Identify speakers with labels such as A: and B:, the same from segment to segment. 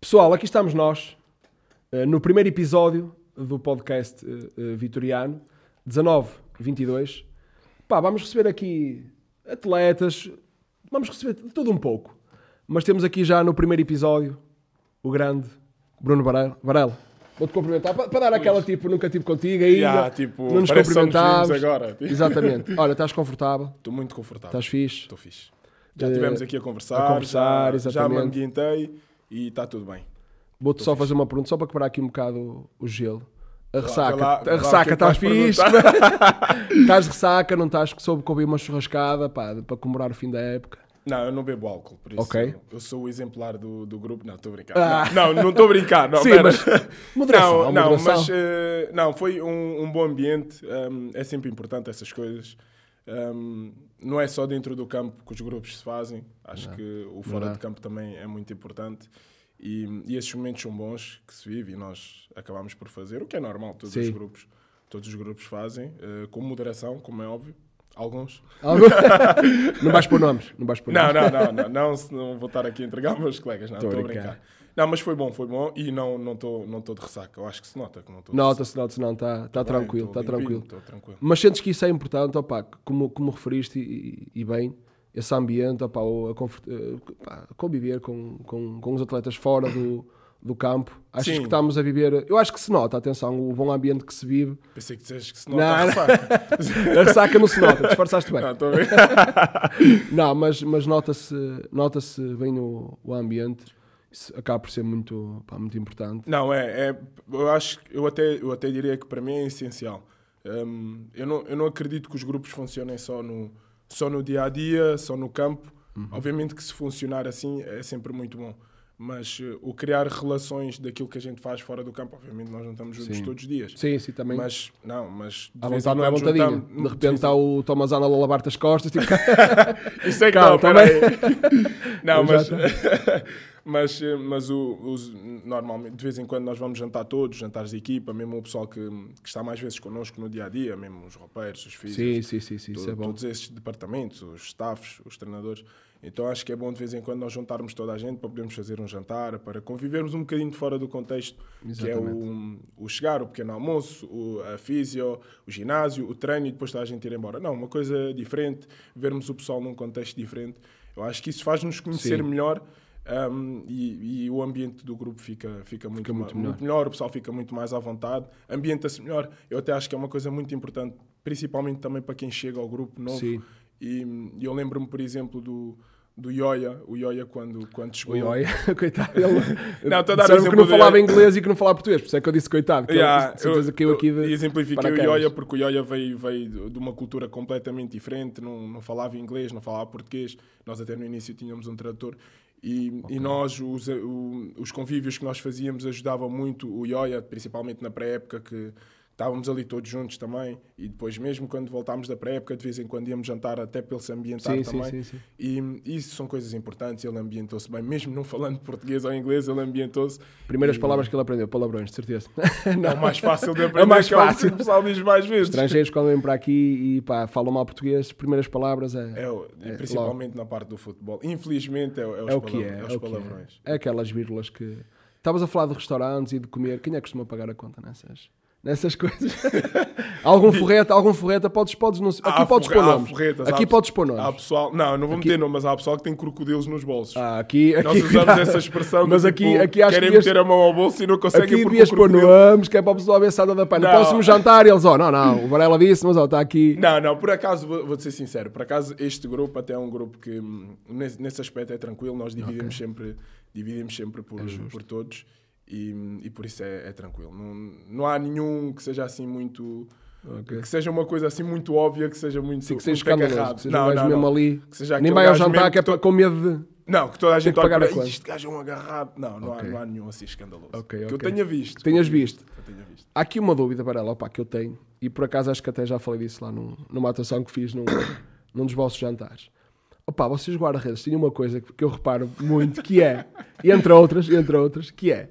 A: Pessoal, aqui estamos nós, eh, no primeiro episódio do podcast eh, eh, Vitoriano, 19-22. Pá, vamos receber aqui atletas, vamos receber de tudo um pouco. Mas temos aqui já no primeiro episódio o grande Bruno Varela. Varela, Vou-te cumprimentar para, para dar aquela tipo, nunca tive contigo ainda.
B: Ya, tipo,
A: não nos
B: parece que só nos
A: cumprimentámos.
B: vimos agora, tipo.
A: Exatamente. Olha, estás confortável,
B: Estou muito confortável.
A: estás fixe. Eh,
B: Estou fixe. Já estivemos aqui a conversar,
A: a conversar,
B: já, já
A: exatamente.
B: me ambientei e está tudo bem.
A: Vou-te só fazer uma pergunta, só para quebrar aqui um bocado o gelo. A ressaca, a
B: lá, vá, o que
A: ressaca,
B: é que
A: estás
B: vais
A: fixe? estás de ressaca, não estás que soube que ouvi uma churrascada pá, de- para comemorar o fim da época.
B: Não, eu não bebo álcool, por isso
A: Ok. Ah.
B: eu sou o exemplar do, do grupo. Não, estou a brincar. Não, não estou a brincar. Não,
A: Sim,
B: pera.
A: mas moderação,
B: não, não,
A: moderação.
B: mas eh, não, foi um, um bom ambiente. hum, é sempre importante essas coisas. Hum, não é só dentro do campo que os grupos se fazem. Acho que o fora de campo também é muito importante. E, e esses momentos são bons que se vive e nós acabamos por fazer, o que é normal, todos os
A: Sim.
B: grupos. Todos os grupos fazem, eh, com moderação, como é óbvio. Alguns.
A: Algo- não vais pôr nomes, não vais pôr
B: Não,
A: nomes.
B: não, não, não, não, se não vou estar aqui a entregar meus colegas, não,
A: Tô a
B: estou a
A: brincar.
B: brincar. Não, mas foi bom, foi bom e não não estou não tô de ressaca, eu acho que se nota que não estou
A: Nota-se, nota-se, não, está tá tranquilo,
B: então,
A: está tranquilo.
B: Estou tranquilo.
A: Mas sentes que isso é importante, opá, como, como referiste e, e bem, esse ambiente, opá, o- a, confort- eh, pá, conviver com, com, com os atletas fora do, do campo. Achas
B: Sim.
A: que estamos a viver. Eu acho que se nota, atenção, o bom ambiente que se vive.
B: Pensei que disseste que se
A: Não,
B: nota a
A: não.
B: ressaca.
A: A ressaca não se nota, disfarçaste bem.
B: Não, estou a brincar.
A: Não, mas, mas nota-se nota bem o, o ambiente. Isso acaba por ser muito, pá, muito importante.
B: Não, é, é- eu acho, que- eu até, eu até diria que para mim é essencial. Hum, eu, não, eu não acredito que os grupos funcionem só no, só no dia a dia, só no campo.
A: Uhum.
B: Obviamente que se funcionar assim é sempre muito bom. Mas eh, o criar relações daquilo que a gente faz fora do campo, obviamente nós não estamos juntos todos os dias.
A: Sim, sim, também.
B: Mas, não, mas... de
A: à
B: vez em
A: vontade não é
B: quando
A: vontadinha.
B: juntamos-
A: De repente está o Thomas Ana a lavar-te as costas. Tipo,
B: Isso é que
A: Calma,
B: não,
A: também.
B: peraí. Não,
A: Eu já
B: mas... mas eh, mas o, os- normalmente, de vez em quando, nós vamos jantar todos, jantares de equipa, mesmo o pessoal que, que está mais vezes connosco no dia-a-dia, mesmo os roupeiros, os filhos,
A: sim, sim, sim, sim, isso é bom.
B: todos esses departamentos, os staffs, os treinadores. Então acho que é bom de vez em quando nós juntarmos toda a gente para podermos fazer um jantar, para convivermos um bocadinho de fora do contexto, que é o, o chegar, o pequeno almoço, o, a físio, o ginásio, o treino e depois toda a gente ir embora. Não, uma coisa diferente, vermos o pessoal num contexto diferente. Eu acho que isso faz-nos conhecer melhor hum, e, e o ambiente do grupo fica, fica muito, ma-
A: muito melhor.
B: muito melhor, o pessoal fica muito mais à vontade, ambienta-se melhor. Eu até acho que é uma coisa muito importante, principalmente também para quem chega ao grupo novo.
A: Sim.
B: E hum, eu lembro-me, por exemplo, do, do Ioia, o Ioia quando, quando chegou.
A: Oi, oi, coitado. Ele
B: Não, estou a dar
A: disseram que
B: exemplo
A: não
B: do
A: falava
B: Ioia.
A: inglês e que não falava português, por isso é que eu disse coitado. Que
B: Yeah,
A: ele, de certeza
B: eu-
A: caiu aqui
B: eu
A: de.
B: exemplifiquei o
A: paraquedas.
B: Ioia porque o Ioia veio, veio de uma cultura completamente diferente, não, não falava inglês, não falava português. Nós até no início tínhamos um tradutor. E, e nós, os, eh, o- os convívios que nós fazíamos ajudavam muito o Ioia, principalmente na pré-época que estávamos ali todos juntos também. E depois mesmo quando voltámos da pré-época, de vez em quando íamos jantar até para ele se ambientar
A: Sim, sim,
B: também.
A: sim, sim.
B: E isso são coisas importantes, ele ambientou-se bem. Mesmo não falando português ou inglês, ele ambientou-se.
A: Primeiras palavras que ele aprendeu, palavrões, de certeza.
B: Não, é o mais fácil de aprender.
A: É o mais
B: que o
A: fácil.
B: que o pessoal diz mais vezes.
A: Estrangeiros, quando vêm para aqui e pá, falam mal português, as primeiras palavras é.
B: É, o- e principalmente na parte do futebol. Infelizmente é, o- é os,
A: É o que
B: palavr-
A: é.
B: é os
A: É, o que é.
B: palavrões.
A: é aquelas vírgulas que. Estavas a falar de restaurantes e de comer. Quem é que costuma pagar a conta nessas, nessas coisas? algum forreta, algum forreta, podes, podes não sei- Aqui
B: Há
A: podes
B: forre-
A: pôr
B: há
A: nomes.
B: forretas,
A: Aqui
B: há-
A: podes pôr
B: Há
A: nomes.
B: pessoal, não, não vou meter nome, mas há pessoal que tem crocodilos nos bolsos.
A: Ah, aqui, aqui,
B: Nós usamos
A: cuidado.
B: essa expressão,
A: Mas
B: do
A: aqui,
B: tipo,
A: aqui acho que
B: querem
A: devias-
B: meter a mão ao bolso e não conseguem
A: Aqui
B: porque o
A: devias pôr
B: crocodilo-
A: nomes, que é para o pessoal ver se anda da pá. No
B: Não.
A: próximo jantar, eles, ó, não, não, o Varela disse, mas ó, está aqui.
B: Não, não, por acaso, vou- vou-te ser sincero, por acaso este grupo até é um grupo que hum, nesse, nesse aspecto é tranquilo, nós dividimos sempre, dividimos sempre por,
A: É
B: por todos e, hum, e por isso é, é tranquilo. Não, não há nenhum que seja assim muito.
A: Ok.
B: Que seja uma coisa assim muito óbvia, que seja muito.
A: Sim, que seja
B: muito
A: escandaloso,
B: agarrado.
A: que seja
B: Não,
A: um gajo
B: não,
A: mesmo
B: não.
A: ali.
B: Que seja
A: Nem
B: aquele
A: vai ao
B: gajo
A: jantar,
B: mesmo
A: que é
B: que
A: para- com medo de...
B: Não, que toda a gente
A: que
B: olha
A: pagar
B: para
A: a
B: "Ih,
A: conta."
B: este gajo é um agarrado. Não, não, há,
A: Ok.
B: não há nenhum assim escandaloso.
A: Ok,
B: Que eu
A: ok.
B: tenha visto.
A: Que tenhas
B: que eu tenha
A: visto.
B: Que eu tenha visto.
A: Há aqui uma dúvida, Varela, opá, que eu tenho, e por acaso acho que até já falei disso lá num- numa atuação que fiz num, num dos vossos jantares. Opá, vocês guarda-redes tinham uma coisa que que eu reparo muito, que é, entre outras, entre outras, que é,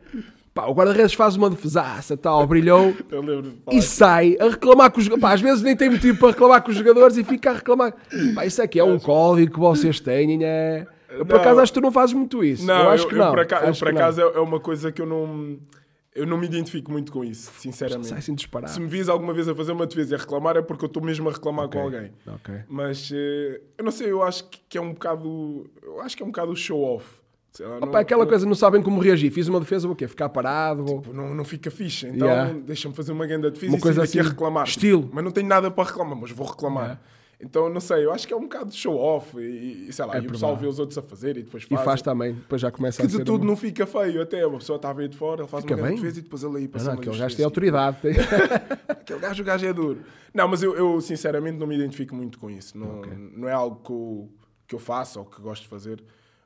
A: pá, o guarda-redes faz uma defesaça, tal, brilhou,
B: Eu lembro de falar.
A: e sai a reclamar com os pá, às vezes nem tem motivo para reclamar com os jogadores e fica a reclamar. Pá, isso aqui é um código que vocês têm, é, Eu, por acaso acho que tu não fazes muito isso.
B: Não,
A: eu acho que não.
B: por acaso,
A: acho
B: por
A: que não.
B: acaso é é uma coisa que eu não, eu não me identifico muito com isso, sinceramente.
A: Sai assim disparado.
B: Se me vis alguma vez a fazer uma defesa e a reclamar é porque eu estou mesmo a reclamar com alguém.
A: Ok.
B: Mas eh, eu não sei, eu acho que que é um bocado. Eu acho que é um bocado show-off. Sei lá, não-
A: Pá, aquela
B: não-
A: coisa, não sabem como reagir. Fiz uma defesa, vou o quê? Ficar parado? Vou...
B: tipo, Não, não fica fixe, então
A: Yeah.
B: deixa-me fazer uma grande defesa
A: Uma
B: e
A: coisa
B: coisa aqui a
A: assim,
B: reclamar.
A: estilo.
B: Mas não tenho nada para reclamar, mas vou reclamar. Então, não sei, eu acho que é um bocado de show-off e, e sei lá,
A: É
B: e o pessoal
A: provável.
B: vê os outros a fazer e depois
A: E
B: faz.
A: faz também. Depois já começa
B: Que
A: a ser... um-
B: de tudo
A: Tá uma-
B: não fica feio, até uma pessoa está a ver de fora, ele faz
A: Fica
B: uma grande
A: bem.
B: defesa e depois ele aí para
A: Não,
B: cima
A: não,
B: dos
A: aquele gajo
B: três.
A: tem autoridade. tem-
B: Aquele gajo, o gajo é duro. Não, mas eu, eu, sinceramente não me identifico muito com isso. Não, não é algo que eu, que eu faço ou que gosto de fazer.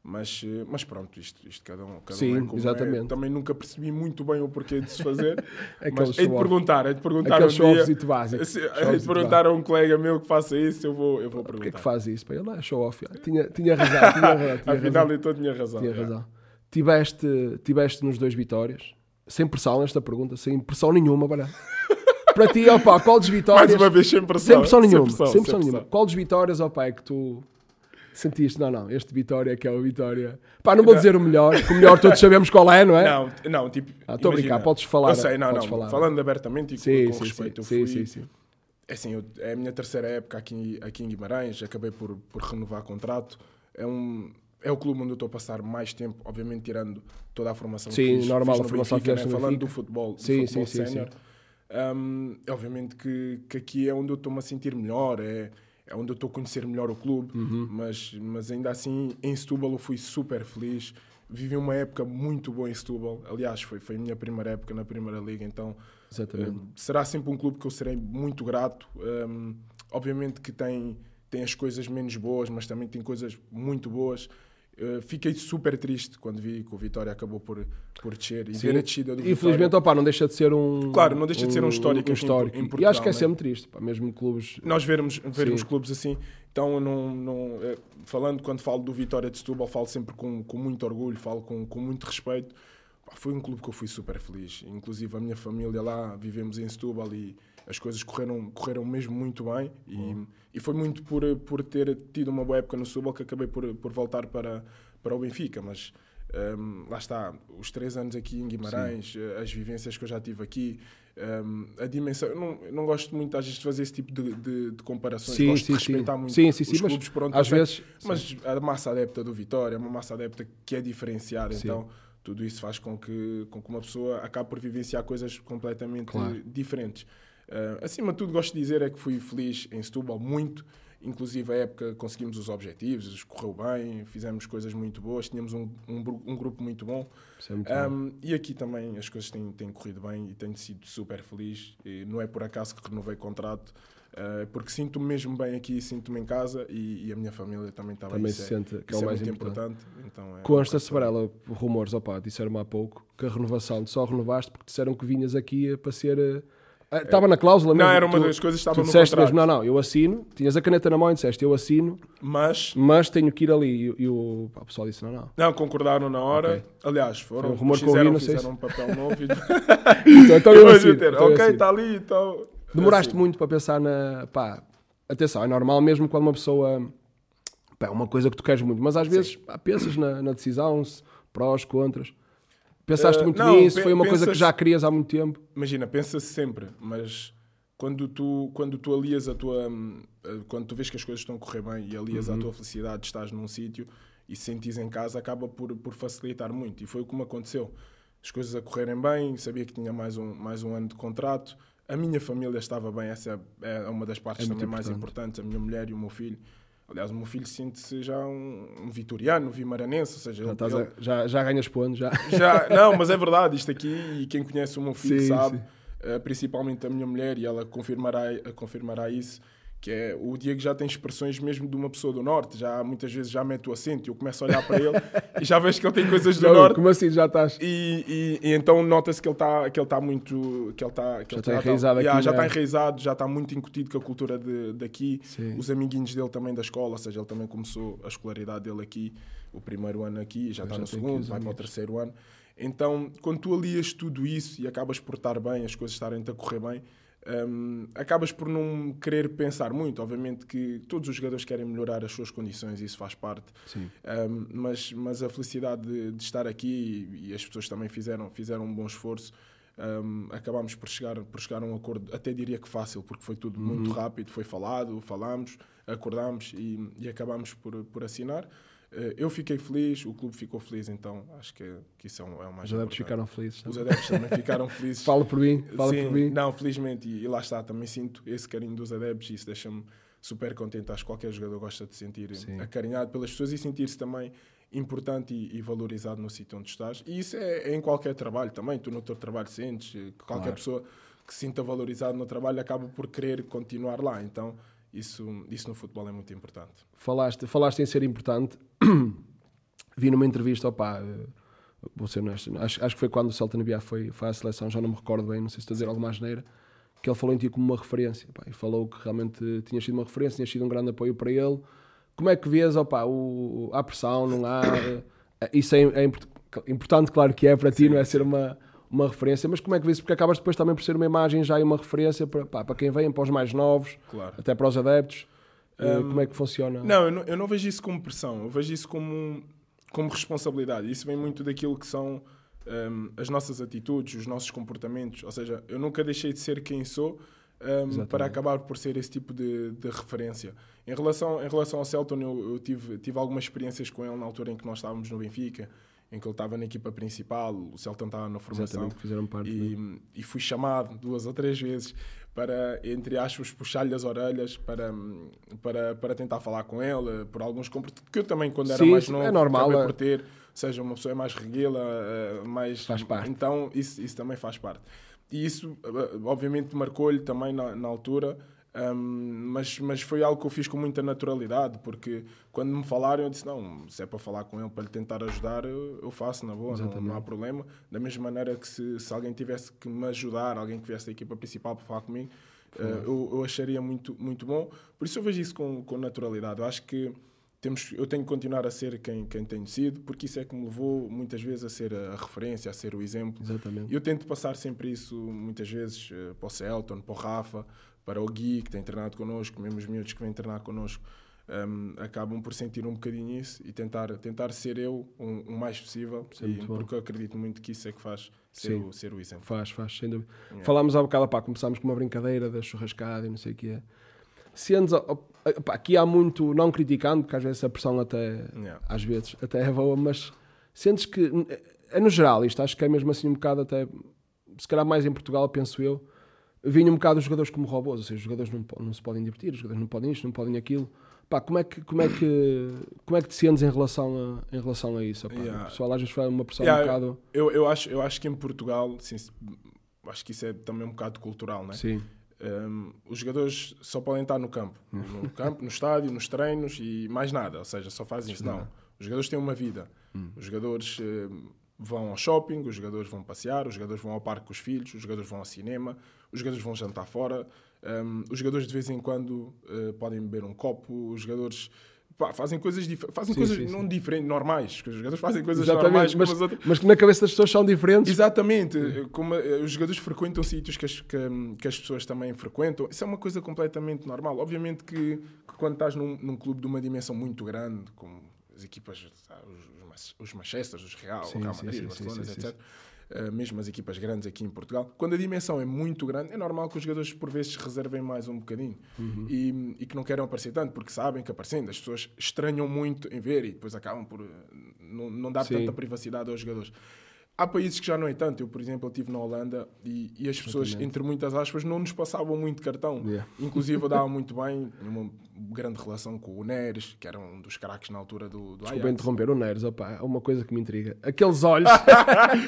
B: Mas, eh, mas pronto, isto, isto cada um, cada um
A: Sim,
B: é como
A: exatamente.
B: é. Também nunca percebi muito bem o porquê de se fazer.
A: Aquele
B: mas hei de
A: show-off.
B: perguntar, hei de perguntar
A: Aquele
B: um dia.
A: show-offzito básico.
B: Se- Hei de
A: Show-offzito
B: perguntar a um colega meu que faça isso, eu vou, eu vou
A: Porquê é que
B: perguntar.
A: faz isso? Pá, Ele é show off. Tinha, tinha razão, tinha razão. Tinha razão.
B: Afinal, então tinha razão.
A: Tinha
B: já.
A: razão. Tiveste, tiveste nos dois vitórias, sem pressão nesta pergunta, sem pressão nenhuma, para Para ti, opa, qual dos vitórias...
B: Mais uma vez, sem
A: Sem
B: pressão.
A: pressão nenhuma, sem
B: pressão,
A: pressão,
B: sem
A: nenhuma.
B: pressão.
A: Qual dos vitórias, ó pai, que tu sentiste? Não, não, este vitória que é o vitória. Pá, não vou dizer o melhor, que o melhor todos sabemos qual é, não é?
B: Não, t- não, tipo.
A: Ah, tô a
B: imagina,
A: brincar, podes falar,
B: Eu sei, não,
A: podes
B: não.
A: falar.
B: Falando abertamente e com,
A: sim,
B: com
A: sim,
B: respeito,
A: sim,
B: eu fui.
A: sim, sim, sim.
B: É assim, eu- é a minha terceira época aqui, em- aqui em Guimarães, acabei por, por renovar contrato. É, um, é o clube onde eu estou a passar mais tempo, obviamente tirando toda a formação que
A: Sim,
B: fiz,
A: normal,
B: fiz
A: a
B: no
A: formação que
B: Benfica,
A: fizeste
B: né?
A: no
B: Falando
A: Benfica.
B: do futebol,
A: Sim,
B: do futebol
A: sim, sim,
B: sénior. Hum, obviamente que, que aqui é onde eu estou-me a sentir melhor, é, é onde eu estou a conhecer melhor o clube,
A: Uhum.
B: mas, mas ainda assim em Setúbal eu fui super feliz. Vivi uma época muito boa em Setúbal. Aliás, foi, foi a minha primeira época na Primeira Liga, então
A: Exatamente.
B: eh, será sempre um clube que eu serei muito grato. Hum, obviamente que tem, tem as coisas menos boas, mas também tem coisas muito boas. Eh, fiquei super triste quando vi que o Vitória acabou por, por descer e ver a descida do Vitória.
A: Infelizmente, opá, não deixa de ser um.
B: Claro, não deixa de ser um histórico aqui em Por- em
A: e acho
B: Portugal,
A: que é
B: né?
A: sempre triste, pá, mesmo clubes.
B: nós vermos, vermos
A: Sim.
B: clubes assim. Então, eu não, não, eh, falando, quando falo do Vitória de Setúbal, falo sempre com, com muito orgulho, falo com, com muito respeito. Pá, Foi um clube que eu fui super feliz. Inclusive, a minha família lá, vivemos em Setúbal e as coisas correram, correram mesmo muito bem. E, e foi muito por, por ter tido uma boa época no Setúbal que acabei por, por voltar para, para o Benfica. Mas hum, lá está, os três anos aqui em Guimarães, eh, as vivências que eu já tive aqui, hum, a dimensão. Eu não, eu não gosto muito às vezes de fazer esse tipo de, de, de comparações,
A: Sim,
B: gosto
A: sim,
B: de
A: sim.
B: respeitar muito
A: Sim, sim, sim,
B: os
A: mas
B: clubes por onde
A: às
B: passei.
A: vezes-
B: Mas a massa adepta do Vitória é uma massa adepta que é diferenciada, então tudo isso faz com que, com que uma pessoa acabe por vivenciar coisas completamente
A: Claro.
B: diferentes. Ah, acima de tudo, gosto de dizer é que fui feliz em Setúbal muito, inclusive a época conseguimos os objetivos, correu bem, fizemos coisas muito boas, tínhamos um, um, bru- um grupo muito bom.
A: Isso é muito
B: Ah, e aqui também as coisas têm, têm corrido bem e tenho sido super feliz. E não é por acaso que renovei contrato, ah, porque sinto-me mesmo bem aqui, sinto-me em casa e, e a minha família também está bem.
A: Também
B: Isso
A: se sente que é o
B: isso
A: mais
B: muito
A: importante.
B: Então, é-
A: Consta-se, Varela, rumores, opá, disseram-me há pouco que a renovação, tu só renovaste porque disseram que vinhas aqui eh, para ser. eh, ah, Estava na cláusula
B: Não,
A: mesmo,
B: era uma
A: tu-
B: das coisas que estava
A: Tu
B: no
A: disseste
B: contrato.
A: mesmo, não, não, eu assino, tinhas a caneta na mão e disseste, eu assino,
B: Mas,
A: mas tenho que ir ali. E, e o, pá, o pessoal disse, não, não.
B: não, concordaram na hora. Aliás,
A: Foi
B: foram,
A: um rumor que eu ouvi,
B: fizeram,
A: não sei
B: fizeram um papel novo e
A: Então, então eu
B: Hoje
A: assino.
B: inteiro,
A: então eu
B: ok,
A: assino."
B: está ali, então...
A: Demoraste
B: Assim,
A: muito para pensar na. Pá, atenção, é normal mesmo quando uma pessoa. Pá, é uma coisa que tu queres muito, mas às vezes pá, pensas na, na decisão, se prós, contras. Pensaste
B: Eh,
A: muito
B: não,
A: nisso,
B: pe-
A: foi uma coisa que
B: pensas-
A: já querias há muito tempo.
B: Imagina, pensa-se sempre, mas quando tu, quando tu alias a tua... hum, eh, Quando tu vês que as coisas estão a correr bem e alias
A: Uhum.
B: à tua felicidade, estás num sítio e sentis em casa, acaba por, por facilitar muito. E foi o que me aconteceu. As coisas a correrem bem, sabia que tinha mais um, mais um ano de contrato, a minha família estava bem, essa é é uma das partes também mais importantes, a minha mulher e o meu filho. Aliás, o meu filho sente-se já um, um vitoriano, um vimaranense, ou seja,
A: Já,
B: ele,
A: estás
B: ele-
A: a- já, já ganhas pontos, já.
B: já, não, mas é verdade, isto aqui, e quem conhece o meu filho
A: Sim,
B: sabe,
A: sim.
B: eh, principalmente a minha mulher, e ela confirmará, eh, confirmará isso, que é o Diego já tem expressões mesmo de uma pessoa do Norte, já muitas vezes já mete o acento, e eu começo a olhar para ele e já vejo que ele tem coisas do
A: Não,
B: Norte.
A: como assim, já estás.
B: E, e- e então nota-se que ele está que ele tá muito que ele tá, que
A: Já
B: ele
A: tá
B: tá-
A: enraizado
B: já,
A: aqui,
B: já
A: já.
B: está enraizado já está muito incutido com a cultura de, daqui
A: Sim.
B: os amiguinhos dele também da escola ou seja ele também começou a escolaridade dele aqui o primeiro ano aqui já está
A: já
B: no
A: tem aqui
B: segundo
A: os
B: vai para o terceiro ano então quando tu alias tudo isso e acabas por estar bem as coisas estarem a correr bem hum, acabas por não querer pensar muito. Obviamente que todos os jogadores querem melhorar as suas condições, isso faz parte.
A: Sim.
B: Hum, mas, mas a felicidade de, de estar aqui e, e as pessoas também fizeram, fizeram um bom esforço. hum, acabámos por chegar, por chegar a um acordo, até diria que fácil, porque foi tudo muito
A: Uhum.
B: rápido, foi falado, falámos, acordámos e, e acabámos por, por assinar. Eh, Eu fiquei feliz, o clube ficou feliz, então acho que, que isso é, um, é o mais
A: Os adeptos
B: importante.
A: ficaram felizes.
B: Os
A: não?
B: adeptos também ficaram felizes.
A: Fala por mim, fala
B: Sim,
A: por mim.
B: Não, felizmente, e, e lá está, também sinto esse carinho dos adeptos e isso deixa-me super contente. Acho que qualquer jogador gosta de se sentir
A: Sim.
B: acarinhado pelas pessoas e sentir-se também importante e, e valorizado no sítio onde estás. E isso é, é em qualquer trabalho também. Tu no teu trabalho sentes, eh, qualquer
A: Claro.
B: pessoa que se sinta valorizado no trabalho acaba por querer continuar lá. Então, isso, isso no futebol é muito importante.
A: Falaste, falaste em ser importante. Vi numa entrevista, opá, eh, vou ser honesto, acho, acho que foi quando o Celta Nabiá foi, foi à seleção, já não me recordo bem, não sei se estou a dizer alguma asneira, que ele falou em ti como uma referência. pá, e falou que realmente tinha sido uma referência, tinha sido um grande apoio para ele. Como é que vês, opá, o, há pressão, não há. eh, Isso é, é import- importante, claro que é para ti, não é ser uma, uma referência, mas como é que vês? Porque acabas depois também por ser uma imagem já e uma referência para, pá, para quem vem, para os mais novos,
B: Claro.
A: até para os adeptos. Eh, como é que funciona?
B: Não eu, não, eu não vejo isso como pressão, eu vejo isso como, como responsabilidade. Isso vem muito daquilo que são hum, as nossas atitudes, os nossos comportamentos. Ou seja, eu nunca deixei de ser quem sou hum, para acabar por ser esse tipo de, de referência. Em relação, em relação ao Celton, eu, eu tive, tive algumas experiências com ele na altura em que nós estávamos no Benfica, em que ele estava na equipa principal, o Celton estava na formação.
A: Exatamente, fizeram parte.
B: E, e fui chamado duas ou três vezes para, entre aspas, puxar-lhe as orelhas para, hum, para, para tentar falar com ele, eh, por alguns comportamentos que eu também, quando era
A: Sim,
B: mais
A: sim,
B: novo,
A: é normal,
B: acabei
A: é.
B: por ter. Ou seja, uma pessoa é mais reguila, eh, mais...
A: Faz parte.
B: Então, isso, isso também faz parte. E isso, eh, obviamente, marcou-lhe também na, na altura, ahm, mas, mas foi algo que eu fiz com muita naturalidade, porque quando me falaram, eu disse, não, se é para falar com ele, para lhe tentar ajudar, eu, eu faço, na boa, não, não há problema. Da mesma maneira que se, se alguém tivesse que me ajudar, alguém que viesse da equipa principal para falar comigo, eh, eu, eu acharia muito, muito bom. Por isso eu vejo isso com, com naturalidade. Eu acho que temos, eu tenho que continuar a ser quem, quem tenho sido, porque isso é que me levou muitas vezes a ser a, a referência, a ser o exemplo.
A: Exatamente.
B: Eu tento passar sempre isso muitas vezes eh, para o Celton, para o Rafa, para o Gui, que tem treinado connosco, mesmo os miúdos que vêm treinar connosco, ehm, acabam por sentir um bocadinho isso e tentar, tentar ser eu o o mais possível,
A: é
B: e-
A: muito bom.
B: porque eu acredito muito que isso é que faz ser,
A: Sim.
B: o, ser o exemplo.
A: Faz, faz, sem dúvida. Falámos há bocado, pá, começámos com uma brincadeira da churrascada e não sei o que é. Sendo, pá, aqui há muito, não criticando, porque às vezes a pressão até,
B: Yeah.
A: às vezes, até é boa, mas sentes que, é no geral isto, acho que é mesmo assim um bocado até, se calhar mais em Portugal, penso eu, vinha um bocado os jogadores como robôs, ou seja, os jogadores não, po- não se podem divertir, os jogadores não podem isto, não podem aquilo. Pá, como é que, como é que, como é que te sentes em relação a, em relação a isso? opá?
B: Yeah.
A: O pessoal às vezes faz uma pressão
B: Yeah,
A: um bocado...
B: eu, eu, acho, eu acho que em Portugal, sim, se- acho que isso é também um bocado cultural, não é?
A: Sim,
B: Um, os jogadores só podem estar no campo,
A: Hum.
B: no campo, no estádio, nos treinos e mais nada, ou seja, só fazem isso. Não, os jogadores têm uma vida.
A: Hum.
B: Os jogadores um, vão ao shopping, os jogadores vão passear, os jogadores vão ao parque com os filhos, os jogadores vão ao cinema, os jogadores vão jantar fora, um, os jogadores de vez em quando uh, podem beber um copo, os jogadores pá, fazem coisas dif- fazem
A: Sim,
B: coisas
A: sim, sim.
B: não diferentes, normais, que os jogadores fazem coisas
A: exatamente,
B: normais como
A: mas,
B: as outras.
A: mas que na cabeça das pessoas são diferentes.
B: Exatamente. Como, eh, os jogadores frequentam sítios que as, que, hum, que as pessoas também frequentam. Isso é uma coisa completamente normal. Obviamente que, que quando estás num, num clube de uma dimensão muito grande, como as equipas, ah, os, os Mas- os Manchester, os Real,
A: Sim,
B: o Real
A: sim,
B: Madrid,
A: sim,
B: os Barcelona,
A: sim, sim,
B: etc. eh, mesmo as equipas grandes aqui em Portugal, quando a dimensão é muito grande, é normal que os jogadores por vezes reservem mais um bocadinho
A: Uhum.
B: e, e que não queiram aparecer tanto, porque sabem que aparecendo as pessoas estranham muito em ver e depois acabam por eh, não, não dar
A: Sim.
B: tanta privacidade aos jogadores. Há países que já não é tanto. Eu, por exemplo, eu estive na Holanda e, e as pessoas, entre muitas aspas, não nos passavam muito cartão.
A: Yeah.
B: Inclusive, eu dava muito bem, tinha uma grande relação com o Neres, que era um dos craques na altura do, do
A: Desculpa
B: Ajax.
A: interromper, o Neres, opa, é uma coisa que me intriga. Aqueles olhos,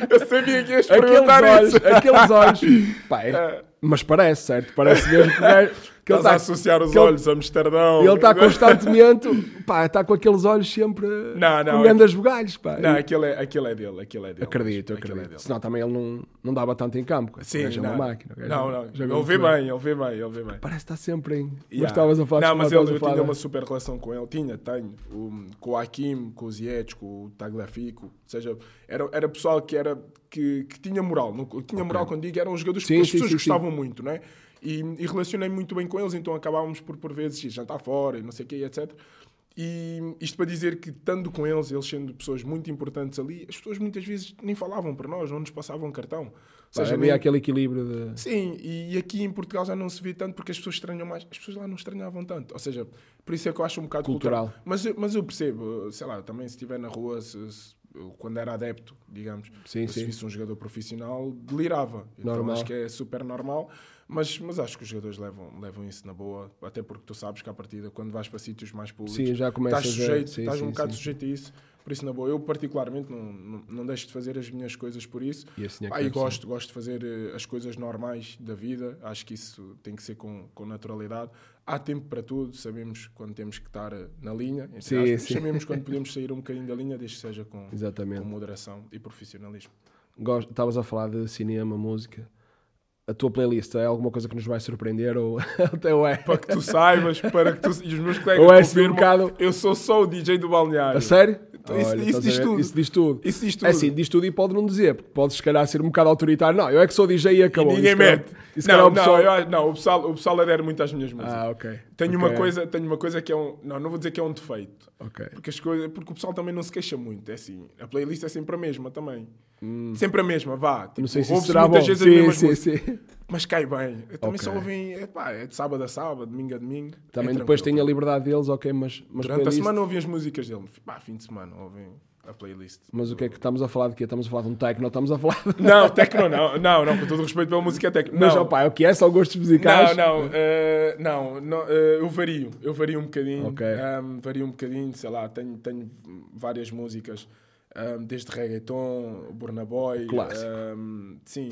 B: Eu sabia É que ias
A: aqueles
B: perguntar
A: olhos, É
B: isso.
A: aqueles olhos. Pá, é- mas parece, certo? Parece mesmo que o gajo- que ele
B: Estás a
A: está
B: associar os
A: que ele-
B: olhos a Amsterdão.
A: ele tá está constantemente, pá, está com aqueles olhos sempre
B: Não, não,
A: comendo as bugalhos, pá.
B: Não, aquilo é, aquilo é dele, aquilo é dele.
A: acredito,
B: Aquilo é
A: acredito.
B: dele.
A: Senão também ele não, não dava tanto em campo. Sim, o
B: Sim,
A: gajo é
B: não.
A: uma máquina. o gajo
B: não,
A: é-
B: não.
A: joga
B: Ele
A: muito
B: vê bem, ele vê bem, ele vê bem.
A: Parece que está sempre em... Mas
B: Yeah.
A: estavas a falar...
B: Não,
A: desculpa,
B: mas
A: estavas
B: ele, eu
A: a falar-
B: tinha uma super relação com ele. Tinha, tenho. O- com o Hakim, com o Zietz, com o Taglafico. Ou seja, era, era pessoal que, era, que, que tinha moral. Não, tinha moral quando digo, eram os jogadores
A: Sim,
B: que as
A: sim,
B: pessoas
A: sim, sim.
B: gostavam muito, não é? E E, e relacionei-me muito bem com eles, então acabávamos por, por vezes, ir jantar fora e não sei o quê, etc. E isto para dizer que, estando com eles, eles sendo pessoas muito importantes ali, as pessoas muitas vezes nem falavam para nós, não nos passavam cartão. Ou
A: Pá, havia
B: nem-
A: aquele equilíbrio de...
B: Sim, e e aqui em Portugal já não se vê tanto porque as pessoas estranham mais. As pessoas lá não estranhavam tanto. Ou seja, por isso é que eu acho um bocado
A: Cultural.
B: cultural. Mas, eu- mas eu percebo, sei lá, também se estiver na rua, se- se- eu, quando era adepto, digamos,
A: Sim,
B: se
A: sim.
B: visse um jogador profissional, delirava. Então
A: Normal.
B: acho que é super normal. Mas, mas acho que os jogadores levam, levam isso na boa, até porque tu sabes que à partida, quando vais para sítios mais públicos,
A: Sim, já começas
B: estás
A: a-
B: sujeito,
A: sim,
B: estás
A: sim,
B: um bocado
A: sim.
B: sujeito a isso. Por isso, na boa, eu particularmente não, não, não deixo de fazer as minhas coisas por isso.
A: E assim é que
B: Pá, e
A: deve ser.
B: gosto, gosto de fazer eh, as coisas normais da vida. Acho que isso tem que ser com, com naturalidade. Há tempo para tudo, sabemos quando temos que estar eh, na linha. entre
A: Sim,
B: aspas,
A: sim.
B: Sabemos quando podemos sair um bocadinho da linha, desde que seja com, com
A: Exatamente.
B: moderação e profissionalismo.
A: Gosto- Estavas a falar de cinema, música. A tua playlist é alguma coisa que nos vai surpreender ou até ou é?
B: Para que tu saibas, para que tu. E os meus colegas
A: Ou é assim um
B: confirmam,
A: bocado-
B: eu sou só o DJ do balneário.
A: A sério?
B: Então, isso- isso
A: estás a
B: diz
A: ver?
B: tudo.
A: Isso diz tudo.
B: Isso diz tudo.
A: É assim, diz tudo e pode não dizer, porque pode se calhar ser um bocado autoritário. Não, eu é que sou DJ e acabou.
B: Ninguém
A: Isso calhar-
B: mete.
A: isso calhar
B: Não,
A: o
B: não,
A: pessoal-
B: eu acho- não, o pessoal, o pessoal adere muito às minhas músicas.
A: Ah, ok.
B: Tenho,
A: Ok,
B: uma coisa, tenho uma coisa que é um. Não, não vou dizer que é um defeito.
A: Ok.
B: Porque, as coisas, porque o pessoal também não se queixa muito. É assim, a playlist é sempre a mesma também. Sempre a mesma, vá. Tipo,
A: Hum. Não sei se isso
B: ouve-se
A: será bom.
B: muitas vezes as
A: Sim,
B: mesmas
A: sim,
B: músicas,
A: sim.
B: Mas cai bem. Eu também só
A: Ok.
B: ouvem, é, pá, é de sábado a sábado, domingo a domingo. é
A: Também depois tem
B: tranquilo.
A: a liberdade deles, ok, mas, mas
B: Durante a
A: playlist-
B: semana ouvem as músicas dele. Pá, fim de semana ouvem a playlist.
A: Mas o que é que estamos a falar de quê? Estamos a falar de um techno, estamos a falar de...
B: Não, tecno não. Não, não, com todo o respeito pela música tecno.
A: Mas,
B: não.
A: opá, é o que é? São gostos musicais?
B: Não, não, eh, não, não, eh, eu vario, eu vario um bocadinho,
A: Ok.
B: ehm, vario um bocadinho, sei lá, tenho, tenho várias músicas, ehm, desde reggaeton, Burna Boy,
A: Clássico.
B: ehm, sim,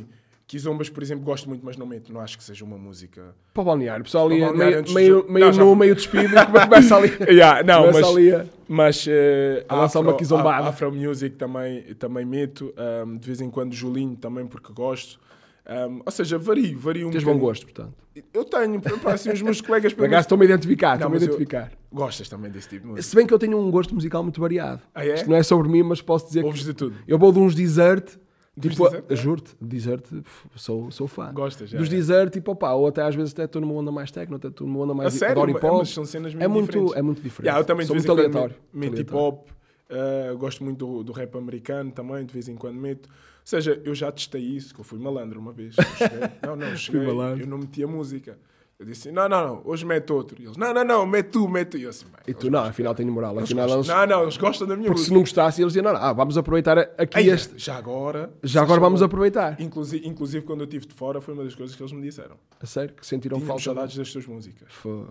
B: Kizombas, por exemplo, gosto muito, mas não meento, não acho que seja uma música.
A: Para o balneário, o pessoal ali é
B: Para o balneário
A: meio,
B: antes
A: meio,
B: do-
A: meio
B: Não, já
A: nu,
B: foi.
A: meio despido, como começa ali...
B: Yeah, não,
A: começa
B: mas-
A: ali a...
B: Mas eh,
A: A lançar uma quizombada.
B: a- Afro Music também, também meto, ehm, de vez em quando Julinho também porque gosto. Ehm, ou seja, vario, vario um
A: Tens bom
B: bocadinho.
A: gosto, portanto.
B: Eu tenho, pá, assim, os meus colegas...
A: Por acaso estou-me a identificar, estou-me a
B: mas eu-
A: identificar.
B: Gostas também desse tipo de música?
A: Se bem que eu tenho um gosto musical muito variado.
B: Ah, é?
A: Isto não é sobre mim, mas posso dizer
B: Ouves
A: que...
B: de tudo.
A: Eu vou de uns desert... Tipo,
B: desert, é?
A: juro-te, desert, pff, sou, sou fã.
B: Gostas, já,
A: Dos
B: já.
A: desert, tipo, opá, ou até às vezes até estou numa onda mais techno, até estou numa onda
B: A
A: mais
B: sério,
A: adoro
B: mas-
A: hip-hop.
B: mas são cenas muito
A: é muito,
B: diferentes.
A: É muito diferente.
B: Yeah, eu também de
A: sou
B: vez
A: muito
B: em quando tipo
A: aleatório.
B: meto- meto
A: muito
B: hip
A: aleatório.
B: hop, eh, gosto muito do, do rap americano também, de vez em quando meto. Ou seja, eu já testei isso, que eu fui malandro uma vez. Eu cheguei- não, não, eu cheguei,
A: malandro.
B: eu não metia música. Eu disse, não, não, não, hoje mete outro. E eles, não, não, não, mete tu, mete tu. E eu assim, bem,
A: E
B: eles
A: tu, não, afinal tenho moral. Afinal,
B: gostam.
A: eles-
B: Não, não, eles gostam da minha
A: porque se
B: música.
A: não gostasse, eles diziam, não, não, ah, vamos aproveitar aqui
B: Ei,
A: este.
B: Já agora.
A: Já agora vamos aproveitar.
B: Inclusive, inclusive, quando eu estive de fora, foi uma das coisas que eles me disseram.
A: A sério, que sentiram falta.
B: Tínhamos saudades das tuas músicas.
A: Fô.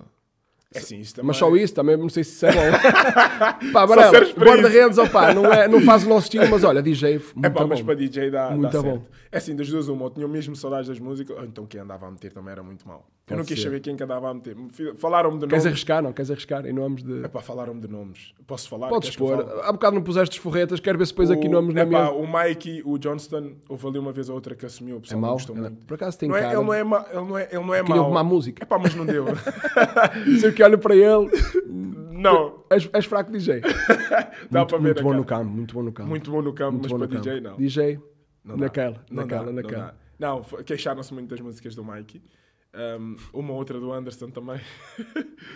B: É assim, isso também.
A: Mas só isso também, não sei se isso é bom. pá,
B: serve
A: Barão,
B: para isso.
A: guarda-redes, opá, não, é, não faz o nosso estilo, mas olha, DJ, muito
B: É pá,
A: bom.
B: mas para DJ dá,
A: Muito
B: dá
A: bom.
B: certo. É assim, das duas uma, ou tinham mesmo saudades das músicas, ou então quem andava a meter também era muito mal. Eu
A: Pode
B: não quis
A: ser.
B: saber quem que andava a meter. Falaram-me de
A: Queres
B: nomes.
A: arriscar, não? Queres arriscar em nomes de...
B: um- É pá, falaram-me de nomes. Posso falar?
A: Podes
B: Queres que eu
A: pôr.
B: fale?
A: Há bocado não puseste forretas, quero ver se pões aqui
B: O-
A: nomes na
B: é
A: mesa.
B: pá, O Mikey, o Johnston, houve ali uma vez ou outra que assumiu, o
A: É
B: pessoal não
A: mau?
B: gostou
A: Ela-
B: muito.
A: Por acaso tem
B: Não é,
A: cara.
B: ele, não é ma, ele não é, ele não é
A: Queria
B: mau.
A: arrumar música.
B: É pá, mas não deu.
A: Sempre que olho para ele,
B: não,
A: és, és fraco DJ.
B: dá
A: muito
B: para ver.
A: muito
B: a
A: bom
B: cara.
A: no campo, muito bom no campo.
B: Muito bom no campo,
A: Muito
B: mas
A: bom
B: para
A: no
B: DJ
A: campo.
B: não.
A: DJ,
B: Não dá.
A: naquela,
B: Não
A: naquela,
B: dá, não
A: naquela.
B: dá. Não, f- queixaram-se muito das músicas do Mikey. Um, uma outra do Anderson também.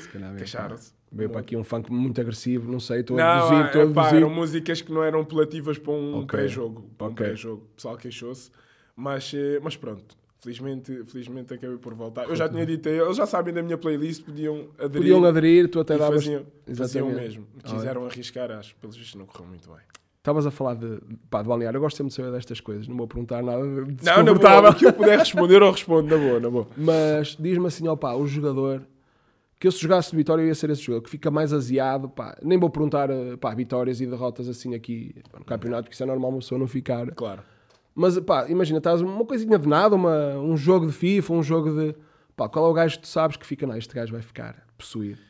A: Se calhar vem-
B: Queixaram-se.
A: Veio para aqui um funk muito agressivo, não sei, estou a
B: Não,
A: deduzir, estou a
B: é, pá, eram
A: deduzir.
B: músicas que não eram apelativas para um
A: Ok.
B: pré-jogo. Para um
A: Ok.
B: pré-jogo. O pessoal queixou-se. Mas, eh, mas pronto, felizmente, felizmente acabei por voltar. Eu já tinha dito, a eles já sabem da minha playlist, podiam aderir.
A: Podiam aderir, tu até
B: e
A: davas.
B: faziam, faziam
A: Exatamente. Ah,
B: mesmo. Quiseram arriscar, acho. Pelos vistos não correu muito bem.
A: Estavas a falar de. Pá, de balneário, eu gosto sempre de saber destas coisas, não vou perguntar nada de
B: Não, na boa,
A: desconfortável.
B: o que eu puder responder, eu respondo. Na boa, na boa.
A: Mas diz-me assim, ó pá, o jogador que eu se jogasse de Vitória eu ia ser esse jogador que fica mais aziado, pá. Nem vou perguntar, eh, pá, vitórias e derrotas assim aqui no campeonato, porque isso é normal uma pessoa não ficar.
B: Claro.
A: Mas pá, imagina, estás uma coisinha de nada, uma, um jogo de FIFA, um jogo de. pá, qual é o gajo que tu sabes que fica? Não, este gajo vai ficar possuído.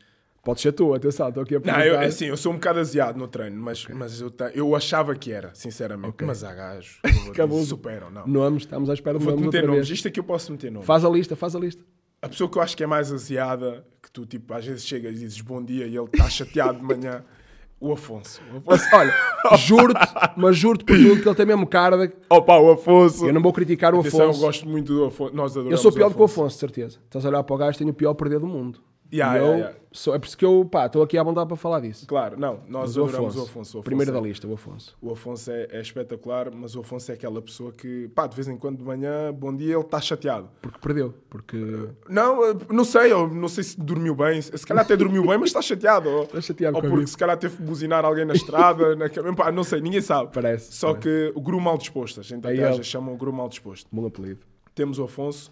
A: Pode ser tu, atenção, estou aqui a
B: Não,
A: perguntar.
B: eu, assim, eu sou um bocado aziado no treino, mas, mas eu, te- eu achava que era, sinceramente. Mas há gajos que
A: Acabou.
B: superam, não.
A: Nomes, estamos à espera de
B: Vou
A: nomes
B: meter
A: outra
B: nomes.
A: vez.
B: Isto aqui eu posso meter nomes.
A: Faz a lista, faz a lista.
B: A pessoa que eu acho que é mais aziada, que tu tipo, às vezes chegas e dizes bom dia e ele está chateado de manhã, O Afonso. O Afonso.
A: Mas, olha, juro-te, mas juro-te por tudo que ele tem mesmo cara de...
B: Opa, o Afonso.
A: Eu não vou criticar o
B: Atenção, eu
A: Afonso.
B: gosto muito do Afonso. Nós adoramos
A: Eu sou pior do que o
B: Afonso.
A: Afonso, de certeza. Estás a olhar para o gajo, tenho o pior perder do mundo.
B: Yeah,
A: E eu
B: yeah, yeah.
A: sou- é por isso que eu pá, estou aqui à vontade para falar disso.
B: Claro, não, nós
A: Mas o
B: adoramos
A: Afonso,
B: o Afonso. O Afonso
A: primeiro
B: é-
A: da lista, o Afonso.
B: O Afonso é, é espetacular, mas o Afonso é aquela pessoa que, pá, de vez em quando de manhã, bom dia, ele está chateado.
A: Porque perdeu. Porque
B: Não, eh, não sei, eu não sei se dormiu bem, se se calhar até dormiu bem, mas está chateado. Ou,
A: Está chateado
B: ou
A: com a
B: porque
A: vida.
B: se calhar teve que buzinar alguém na estrada, na, cama, pá, não sei, ninguém sabe.
A: Parece,
B: Só que o guru mal disposto, a gente
A: É
B: até
A: ele.
B: já chama o guru mal disposto.
A: bom apelido.
B: Temos o Afonso,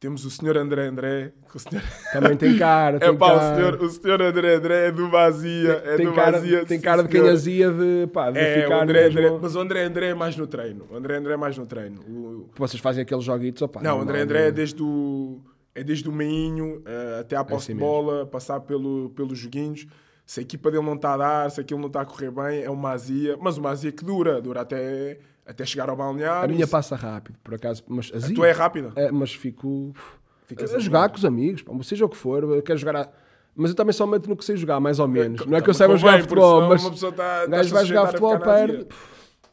B: temos o senhor André André, que o senhor...
A: Também tem cara,
B: É
A: tem cara.
B: pá, o senhor, o senhor André André é do vazia, é
A: tem
B: do
A: cara,
B: vazia.
A: tem
B: sim,
A: cara de quem
B: senhor.
A: azia de, pá, de
B: É, o
A: ficar
B: André,
A: mesmo-
B: André, mas o André André é mais no treino. O André André é mais no treino. O-
A: Vocês fazem aqueles joguitos, opá.
B: não, o André André é
A: mano.
B: desde o, é desde o meinho eh, até à
A: assim
B: posse de bola, passar pelo, pelos joguinhos. Se a equipa dele não está a dar, se aquilo não está a correr bem, é uma azia. Mas uma azia que dura, dura até, até chegar ao balneário.
A: A minha
B: Se-
A: passa rápido, por acaso. Mas azia.
B: Tu é rápida.
A: É, mas fico
B: Ficas
A: a
B: a
A: jogar com os amigos, pá, seja o que for, eu quero jogar. a- Mas eu também só meto no que sei jogar, mais ou menos. não é que eu
B: também
A: saiba
B: convém,
A: jogar
B: porque
A: futebol,
B: senão
A: mas
B: uma pessoa tá-
A: o gajo
B: tá-se
A: vai jogar
B: a
A: futebol,
B: ficar na azia.
A: perde.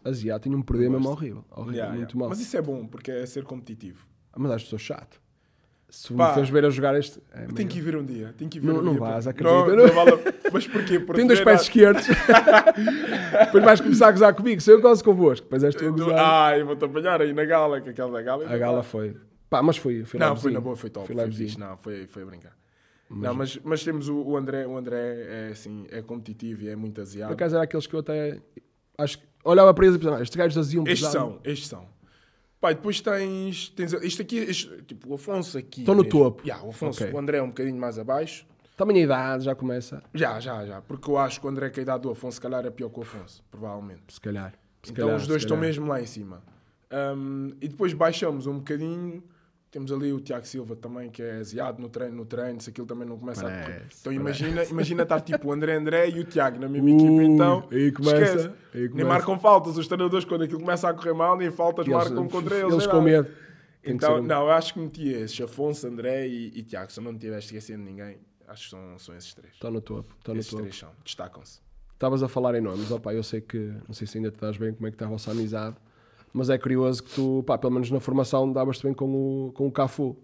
A: Azia, tinha um perder mesmo horrível. horrível
B: Yeah,
A: muito
B: yeah.
A: mal.
B: Mas
A: Mas,
B: isso é bom, porque é ser competitivo.
A: acho que sou chato. Se
B: Pá.
A: me fores ver a jogar este. É,
B: Tem que ir ver um dia. Tem que ir ver
A: Não-
B: um
A: não
B: dia,
A: vás,
B: porque-
A: acredito.
B: Não, não vale a- Mas porquê? Porque
A: Tem dois
B: é
A: pés
B: na-
A: esquerdos. depois vais começar a gozar comigo. Sou eu que gozo convosco. Depois és tu a gozar.
B: Ah, eu vou-te apanhar aí na gala, que aquela da gala.
A: a gala foi. Pá, mas foi. foi
B: Não, foi
A: levezinho.
B: na boa, foi top.
A: Foi
B: Foi,
A: levezinho.
B: fixe, não, foi, foi a brincar. Não, mas, mas temos o, o André, o André é assim, é competitivo e é muito
A: Por
B: aziado.
A: acaso era aqueles que eu até. Acho que olhava para eles e pensava, "Ah, estes gajos aziam
B: Estes
A: pesado."
B: são, estes são. Pai, depois tens, tens este aqui, este- tipo, o Afonso aqui.
A: Estão no
B: mesmo.
A: topo.
B: Já, o Afonso,
A: Ok.
B: o André é um bocadinho mais abaixo.
A: Também Então, a idade já começa.
B: Já, já, já. Porque eu acho que o André, que a idade do Afonso, se calhar é pior que o Afonso, provavelmente.
A: Se calhar. Se
B: então
A: calhar,
B: os
A: se
B: dois estão
A: calhar.
B: mesmo lá em cima. Ahm, e depois baixamos um bocadinho. Temos ali o Tiago Silva também, que é aziado no treino, no treino, se aquilo também não começa a correr.
A: Parece,
B: Então imagina, imagina estar tipo o André André e o Tiago na mesma
A: Ui,
B: equipa, então.
A: aí começa,
B: esquece.
A: aí começa.
B: Nem marcam faltas. Os treinadores, quando aquilo começa a correr mal, nem faltas
A: E
B: marcam um contra eles.
A: Eles
B: nem
A: com
B: nada.
A: medo. Tem que
B: Então,
A: ser um-
B: não, eu acho que meti esses, Afonso, André e, e Tiago. Se eu não me tiver esquecendo de ninguém, acho que são, são esses três.
A: Estão Tá no topo. Estão no
B: esses
A: topo.
B: três são, destacam-se.
A: Estavas a falar em nomes. Opa, eu sei que. Não sei se ainda te dás bem como é que está a vossa amizade. Mas é curioso que tu, pá, pelo menos na formação, davas-te bem com o, com o Cafu.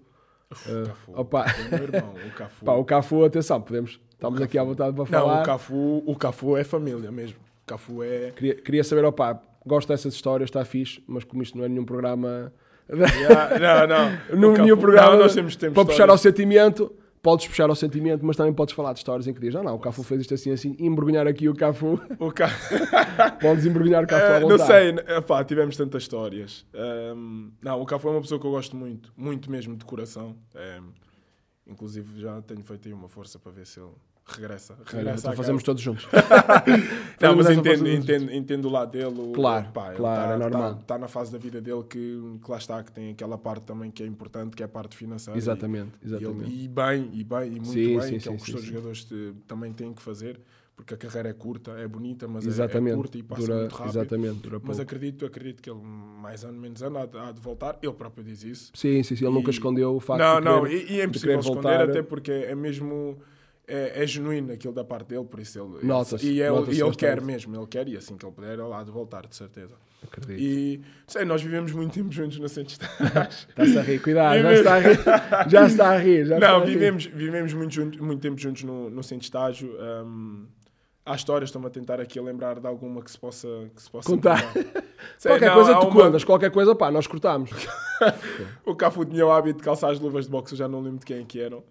A: Eh,
B: O Cafu.
A: opa.
B: O meu irmão, o Cafu.
A: Pá, o Cafu, atenção, podemos. Estamos aqui à vontade para falar.
B: Não, o Cafu, o Cafu é família mesmo. O Cafu é.
A: Queria, queria saber, ó pá, gosto dessas histórias, está fixe, mas como isto não é nenhum programa.
B: Yeah, Ah, não, não.
A: Não,
B: O Cafu-
A: nenhum programa
B: Não, nós temos tempo.
A: para puxar ao sentimento. Podes puxar ao sentimento, mas também podes falar de histórias em que dizes, ah não, o Cafu fez isto assim, assim, e embrulhar aqui o Cafu.
B: O Ca...
A: Podes embrulhar o Cafu à
B: Eh, não
A: vontade.
B: sei, eh, pá, tivemos tantas histórias. Ahm, não, o Cafu é uma pessoa que eu gosto muito, muito mesmo de coração. Ahm, inclusive já tenho feito aí uma força para ver se ele regressa.
A: Olha,
B: regressa
A: então
B: à
A: fazemos
B: casa.
A: todos juntos.
B: Não, mas
A: essa
B: entendo,
A: força dos
B: entendo, entendo o lado dele. o-
A: Claro,
B: ele
A: claro, é normal.
B: Está na fase da vida dele que, que lá está, que tem aquela parte também que é importante, que é a parte financeira. e-
A: Exatamente,
B: E, ele-
A: exatamente.
B: e bem, e bem, e muito
A: Sim,
B: bem,
A: sim,
B: que é o
A: sim,
B: que os
A: sim,
B: jogadores te- também têm que fazer, porque a carreira é curta, é bonita, mas é-
A: Exatamente,
B: é curta e passa
A: dura-
B: muito rápido.
A: exatamente, dura
B: mas
A: pouco.
B: acredito, acredito que ele, mais ano, menos ano, há de, há de voltar. Ele próprio diz isso.
A: Sim, sim, sim, ele nunca
B: E-
A: escondeu o facto
B: Não,
A: de
B: não,
A: querer-
B: e, e é
A: de querer
B: impossível esconder,
A: voltar.
B: até porque é mesmo. É, é genuíno aquilo da parte dele, por isso ele.
A: Nota-se,
B: e ele,
A: nota-se
B: e ele
A: bastante.
B: quer mesmo, ele quer, e assim que ele puder, ele há de voltar, de certeza.
A: Acredito.
B: E, sei, nós vivemos muito tempo juntos na Centro Estás.
A: Está-se a rir, cuidado, já está a rir. Já está a rir, já está a
B: Não,
A: rir.
B: vivemos, vivemos muito, junto- muito tempo juntos no, no centro de estágio. Hum, há histórias, estou-me a tentar aqui a lembrar de alguma que se possa, que se possa
A: Contar.
B: Sei,
A: Qualquer
B: não,
A: coisa
B: há
A: tu
B: uma-
A: contas, qualquer coisa, pá, nós cortámos.
B: O Cafu tinha o hábito de calçar as luvas de boxe, eu já não lembro de quem é que eram.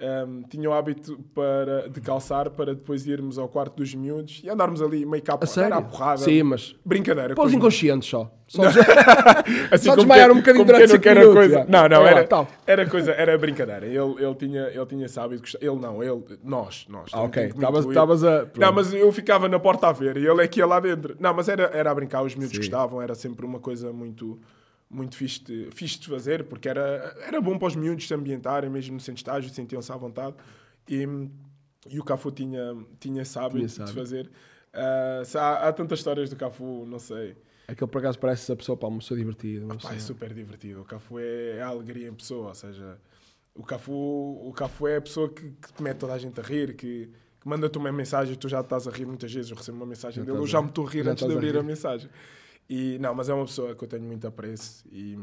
B: Hum, tinha o hábito para, de calçar para depois irmos ao quarto dos miúdos e andarmos ali meio cá
A: A
B: porrada.
A: sério?
B: Era à porrada.
A: Sim, mas...
B: Brincadeira.
A: Pôs
B: com os
A: inconscientes só. Só os-
B: Assim,
A: Só
B: como
A: desmaiar
B: quem-
A: um bocadinho
B: como quem
A: durante
B: não
A: cinco
B: quer a
A: minutos,
B: coisa.
A: já.
B: Não, não,
A: Vai lá,
B: era,
A: tal.
B: era coisa, era brincadeira. Ele, ele, tinha, ele tinha sábio. que- Ele não, ele, nós, nós.
A: Ah, ok.
B: Tenho que me
A: Estavas-
B: incluir.
A: estavas a-
B: Não, mas eu ficava na porta a ver e ele é que ia lá dentro. Não, mas era, era a brincar, os miúdos gostavam, era sempre uma coisa muito, muito fixe, de, fixe de fazer, porque era, era bom para os miúdos se ambientarem, mesmo no centro de estágio, sentiam-se à vontade. E, e o Cafu tinha, tinha sábio
A: Tinha
B: de
A: sábio.
B: fazer. Ah, se há, há tantas histórias do Cafu, não sei.
A: Aquele por acaso parece essa pessoa, pá, uma pessoa divertida. uma
B: Pá,
A: pessoa-
B: é super divertido. O Cafu é é a alegria em pessoa, ou seja, o Cafu, o Cafu é a pessoa que, que te mete toda a gente a rir, que, que manda-te uma mensagem e tu já estás a rir muitas vezes. Eu recebo uma mensagem dele, eu já me estou a rir
A: Já
B: antes de
A: estás a
B: abrir
A: rir.
B: a mensagem. E não, mas é uma pessoa que eu tenho muito apreço e,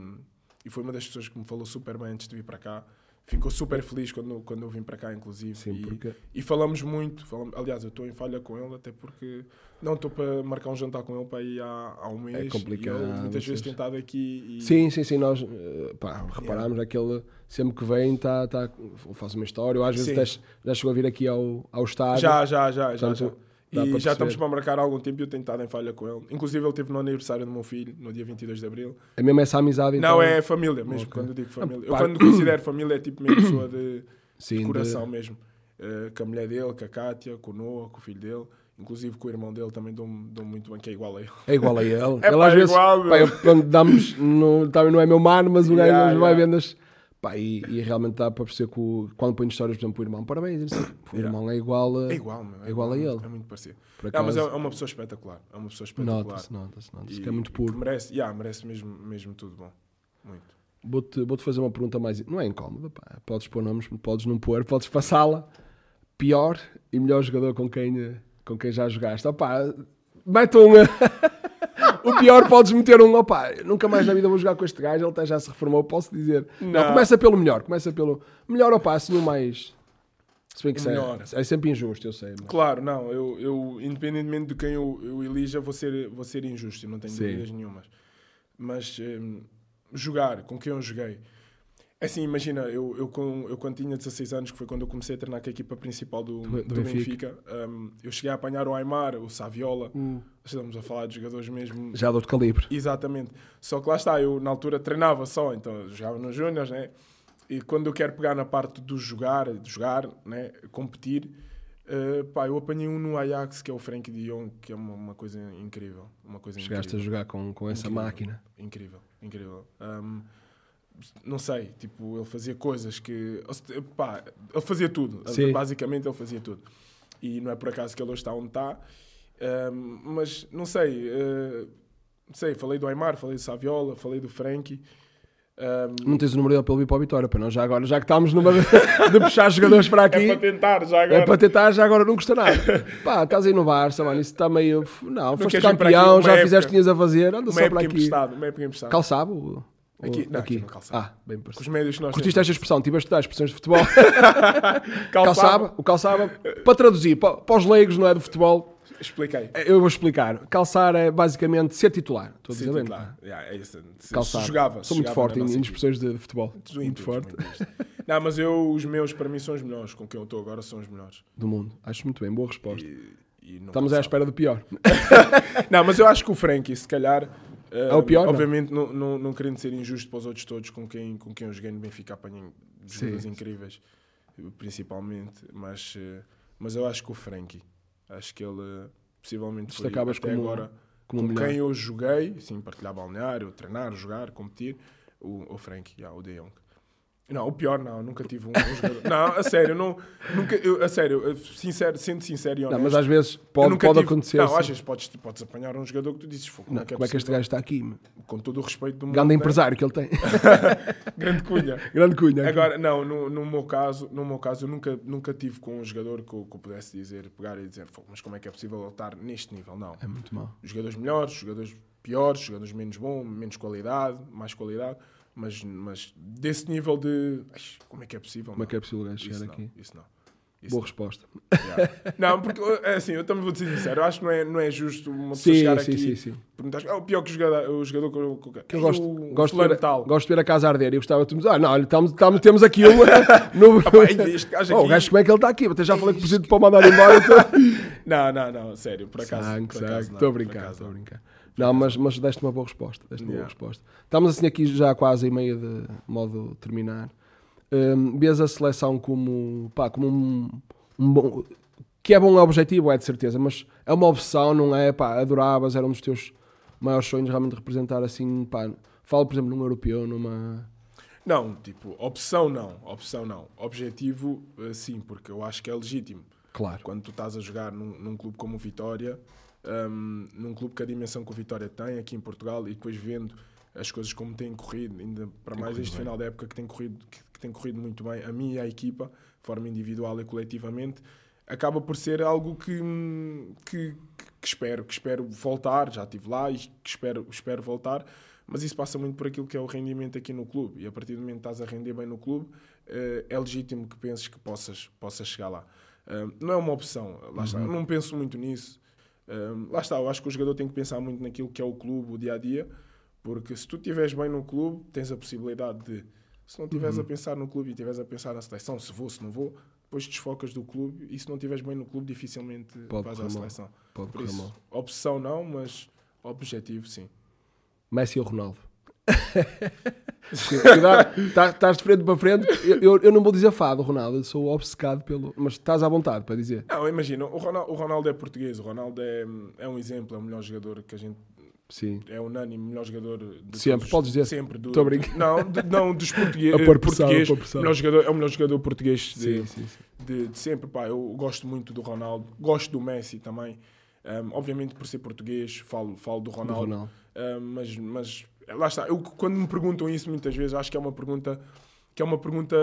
B: e foi uma das pessoas que me falou super bem antes de vir para cá. Ficou super feliz quando, quando eu vim para cá, inclusive.
A: Sim,
B: e,
A: porque-
B: e falamos muito. Falamos, aliás, eu estou em falha com ele, até porque não estou para marcar um jantar com ele para ir há, há um mês. e
A: É complicado,
B: ele muitas vezes
A: vocês-
B: tentado aqui. E,
A: Sim, sim, sim, nós eh, pá, reparámos aquele sempre que vem tá, tá, faz uma história, ou às vezes
B: Sim.
A: até já chegou a vir aqui ao, ao estádio.
B: Já, já, já, já,
A: né? Portanto,
B: já.
A: dá para
B: E já estamos
A: perceber.
B: para marcar há algum tempo e eu tenho estado em falha com ele. Inclusive, ele esteve no aniversário do meu filho, no dia 22 de abril.
A: É mesmo essa amizade então,
B: Não, é família mesmo,
A: Ok. Ah,
B: quando eu digo família. Eu
A: pá.
B: quando considero família é tipo minha pessoa de, de
A: Sim, de-
B: coração mesmo. Eh, com a mulher dele, com a Kátia, com o Noah, com o filho dele. Inclusive com o irmão dele também dou, dou muito bem, que é igual a ele.
A: é igual a ele.
B: É
A: ele
B: pá,
A: às
B: é
A: vezes,
B: igual,
A: pá,
B: meu.
A: eu- pronto, damos, não, também não é meu mano, mas o gajo
B: Yeah,
A: vai
B: yeah.
A: vendo as. Pá, e, e realmente dá para perceber que o- quando põe histórias, por exemplo, o irmão, parabéns, ele sempre- o irmão é igual a.
B: É igual, meu.
A: É igual a ele.
B: É muito parecido.
A: Por
B: Não, mas é
A: acaso-
B: é uma pessoa espetacular. É uma pessoa espetacular.
A: Nota-se, nota-se, nota-se,
B: E-
A: que é muito
B: e
A: puro.
B: Merece, yeah, merece mesmo, mesmo tudo bom. Muito.
A: Vou-te vou-te fazer uma pergunta mais. Não é incómoda, pá. Podes pôr nomes, podes não pôr, podes passá-la. Pior e melhor jogador com quem, eh, com quem já jogaste. Opá, mete um. eh, o pior, podes meter um. Opá, nunca mais na vida vou jogar com este gajo, ele até já se reformou, posso dizer. Não,
B: Não.
A: começa pelo melhor, começa pelo. Melhor, opá, assim o mais. Se bem que
B: O
A: isso é-
B: melhor.
A: é, sempre injusto, eu sei. mas-
B: Claro, não, eu, eu independentemente de quem eu, eu elija, vou ser, vou ser injusto, eu não tenho
A: Sim.
B: dúvidas nenhumas. Mas hum, jogar, com quem eu joguei. Assim, imagina, eu, eu, com, eu quando tinha 16 anos, que foi quando eu comecei a treinar com a equipa principal do, do,
A: Benfica.
B: Benfica, hum, eu cheguei a apanhar o Aymar, o Saviola, estamos a falar de jogadores mesmo
A: Já de outro calibre.
B: Exatamente. Só que lá está, eu na altura treinava só, então eu jogava nos Júniors, né? E quando eu quero pegar na parte do jogar, de jogar, né? Competir, eh, pá, eu apanhei um no Ajax, que é o Frank de Jong, que é uma, uma coisa incrível. Uma coisa
A: Chegaste a
B: incrível.
A: jogar com, com essa
B: Incrível.
A: máquina.
B: Incrível, incrível. Ahm, não sei, tipo, ele fazia coisas que. ou se- Pá, ele fazia tudo.
A: Sim.
B: Basicamente, ele fazia tudo. E não é por acaso que ele hoje está onde está. Ahm, mas, não sei. eh, não sei, falei do Aymar, falei do Saviola, falei do Frankie. Ahm,
A: Não tens o número dele para ele vir para a vitória, para não já agora, já que estamos numa de, de puxar jogadores para aqui.
B: é para tentar já agora.
A: É para tentar, já agora não custa nada. Pá, estás aí no Barça, mano, isso está meio. Não, foste
B: queres vir para aqui
A: campeão,
B: uma
A: já
B: época?
A: fizeste o que tinhas a fazer, anda
B: uma
A: só para
B: época
A: aqui.
B: é emprestado, uma época emprestado.
A: Calçado? ou-
B: Aqui-
A: ou-
B: não, aqui não calçava.
A: Ah, bem
B: Com os
A: parecido.
B: médios que nós
A: Curtiste
B: temos.
A: esta expressão, tive a estudar expressões de futebol.
B: Calçava.
A: Calçaba, o calçaba, para traduzir, para, para os leigos, não é, do futebol,
B: Expliquei.
A: eh, eu vou explicar. Calçar é basicamente ser titular. Estou a
B: Sim,
A: dizer bem,
B: claro.
A: pá.
B: Yeah, é isso. Se- se
A: Calçar.
B: Jogava. se
A: Sou muito
B: jogava
A: forte
B: na
A: em,
B: nossa
A: em
B: equipe.
A: expressões de, de futebol. Muito, forte.
B: Não, mas eu, os meus, para mim, são os melhores. Com quem eu estou agora são os melhores.
A: Do mundo. Acho muito bem, boa resposta.
B: E- e não
A: Estamos à
B: cansava.
A: espera do pior.
B: Não, mas eu acho que o Frankie, se calhar. eh,
A: É o pior, não?
B: Obviamente, não, não, não querendo ser injusto para os outros todos com quem, com quem eu joguei no Benfica, apanhei jogadores
A: Sim.
B: incríveis, principalmente. Mas, eh, mas eu acho que o Frankie, acho que ele eh, possivelmente foi
A: Destacavas
B: até
A: como-
B: agora
A: como
B: com
A: o melhor.
B: quem eu joguei, sim, partilhar balneário, treinar, jogar, competir, o, o Frankie, yeah, o De Jong. Não, o pior não, nunca tive um, um jogador. Não, a sério, não, nunca, eu- a sério, eu, sincero, sendo sincero e
A: Não,
B: honesto.
A: mas às vezes
B: Eu
A: pode,
B: nunca
A: pode
B: tive-
A: acontecer.
B: Não,
A: sim.
B: às vezes podes, podes apanhar um jogador que tu dizes, "Fô, como,
A: Não,
B: é que, é
A: como é que este
B: possível?"
A: gajo está aqui? meu?
B: Com todo o respeito do mundo.
A: Grande
B: né?
A: empresário que ele tem.
B: Grande cunha.
A: Grande cunha.
B: Agora, não, no, no meu caso, no meu caso eu nunca, nunca tive com um jogador que eu, que eu pudesse dizer, pegar e dizer, "Fô, mas como é que é possível ele estar neste nível? Não.
A: É muito mau.
B: Jogadores melhores, jogadores piores, jogadores menos bons, menos qualidade, mais qualidade, mas, mas desse nível de. "Ai, Como é que é possível?
A: Como é que é
B: não."
A: possível o gajo
B: Isso
A: chegar
B: não,
A: aqui?
B: Isso não. Isso
A: Boa resposta.
B: Yeah. Não, porque é assim, eu também vou te ser sincero, eu acho que não é, não é justo uma pessoa
A: Sim,
B: chegar
A: sim,
B: aqui
A: sim, sim.
B: perguntar ah, o pior que o jogador, o jogador que eu, que eu,
A: Eu gosto,
B: o
A: gosto, de
B: fulano
A: ver,
B: tal.
A: gosto de ver a casa arder. E eu gostava de tu me dizer, ah, não, olha, estamos, estamos- temos aqui um. no...
B: pá, este gajo
A: Oh, o
B: aqui-
A: gajo, como é que ele está aqui? Eu Até já falei que o presidente para o mandar embora. então- Estou
B: Não, não, não, sério, por acaso. por acaso não,
A: a
B: por
A: brincar,
B: acaso
A: estou a
B: não.
A: brincar. Não, mas, mas deste uma boa resposta. Deste uma boa
B: Yeah.
A: resposta. Estamos assim aqui já quase em meio de modo terminar. Hum, vês a seleção como, pá, como um, um bom. Que é bom objetivo, é de certeza, mas é uma opção, não é? Pá, adoravas, era um dos teus maiores sonhos realmente representar assim, pá. Falo, por exemplo, num europeu, numa.
B: Não, tipo, opção não, opção não. Objetivo, eh, sim, porque eu acho que é legítimo.
A: Claro.
B: Quando tu estás a jogar num, num clube como o Vitória, hum, num clube que a dimensão que o Vitória tem aqui em Portugal e depois vendo as coisas como têm corrido, ainda para mais este final da época que tem corrido, que, que tem corrido muito bem a mim e à equipa, de forma individual e coletivamente, acaba por ser algo que, hum, que, que- que espero, que espero voltar, já estive lá e que espero, espero voltar, mas isso passa muito por aquilo que é o rendimento aqui no clube e a partir do momento que estás a render bem no clube eh, é legítimo que penses que possas, possas chegar lá. Ah, não é uma opção, lá está,
A: Uhum.
B: eu não penso muito nisso. Ah, lá está, eu acho que o jogador tem que pensar muito naquilo que é o clube, o dia-a-dia, porque se tu estiveres bem no clube, tens a possibilidade de. Se não estiveres a
A: Uhum.
B: pensar no clube e estiveres a pensar na seleção, se vou, se não vou, depois desfocas do clube e se não estiveres bem no clube, dificilmente
A: Pode
B: vais
A: correr
B: à
A: mal.
B: seleção.
A: Pode
B: Por
A: correr
B: isso,
A: mal.
B: opção não, mas objetivo sim.
A: Messi ou Ronaldo? Cuidado, tá- estás de frente para frente. Eu, eu- eu não vou dizer fado, Ronaldo, eu sou obcecado pelo. Mas estás à vontade para dizer.
B: Não, imagina, o Ronaldo, o Ronaldo é português, o Ronaldo é, é um exemplo, é o melhor jogador que a gente.
A: Sim.
B: É unânime, melhor jogador de
A: Sempre,
B: todos os-
A: podes dizer.
B: Sempre, do,
A: Tô a brincar.
B: Não, de- não dos portugueses.
A: A pôr pressão, a
B: português,
A: pôr pressão.
B: melhor jogador, é o melhor jogador português
A: Sim,
B: de,
A: sim, sim.
B: de, de sempre. Pá, eu gosto muito do Ronaldo, gosto do Messi também. Ahm, obviamente, por ser português, falo, falo do
A: Do
B: Ronaldo.
A: Ronaldo.
B: Ahm, Ah, mas, mas lá está. Eu, quando me perguntam isso muitas vezes, acho que é uma pergunta que é uma pergunta,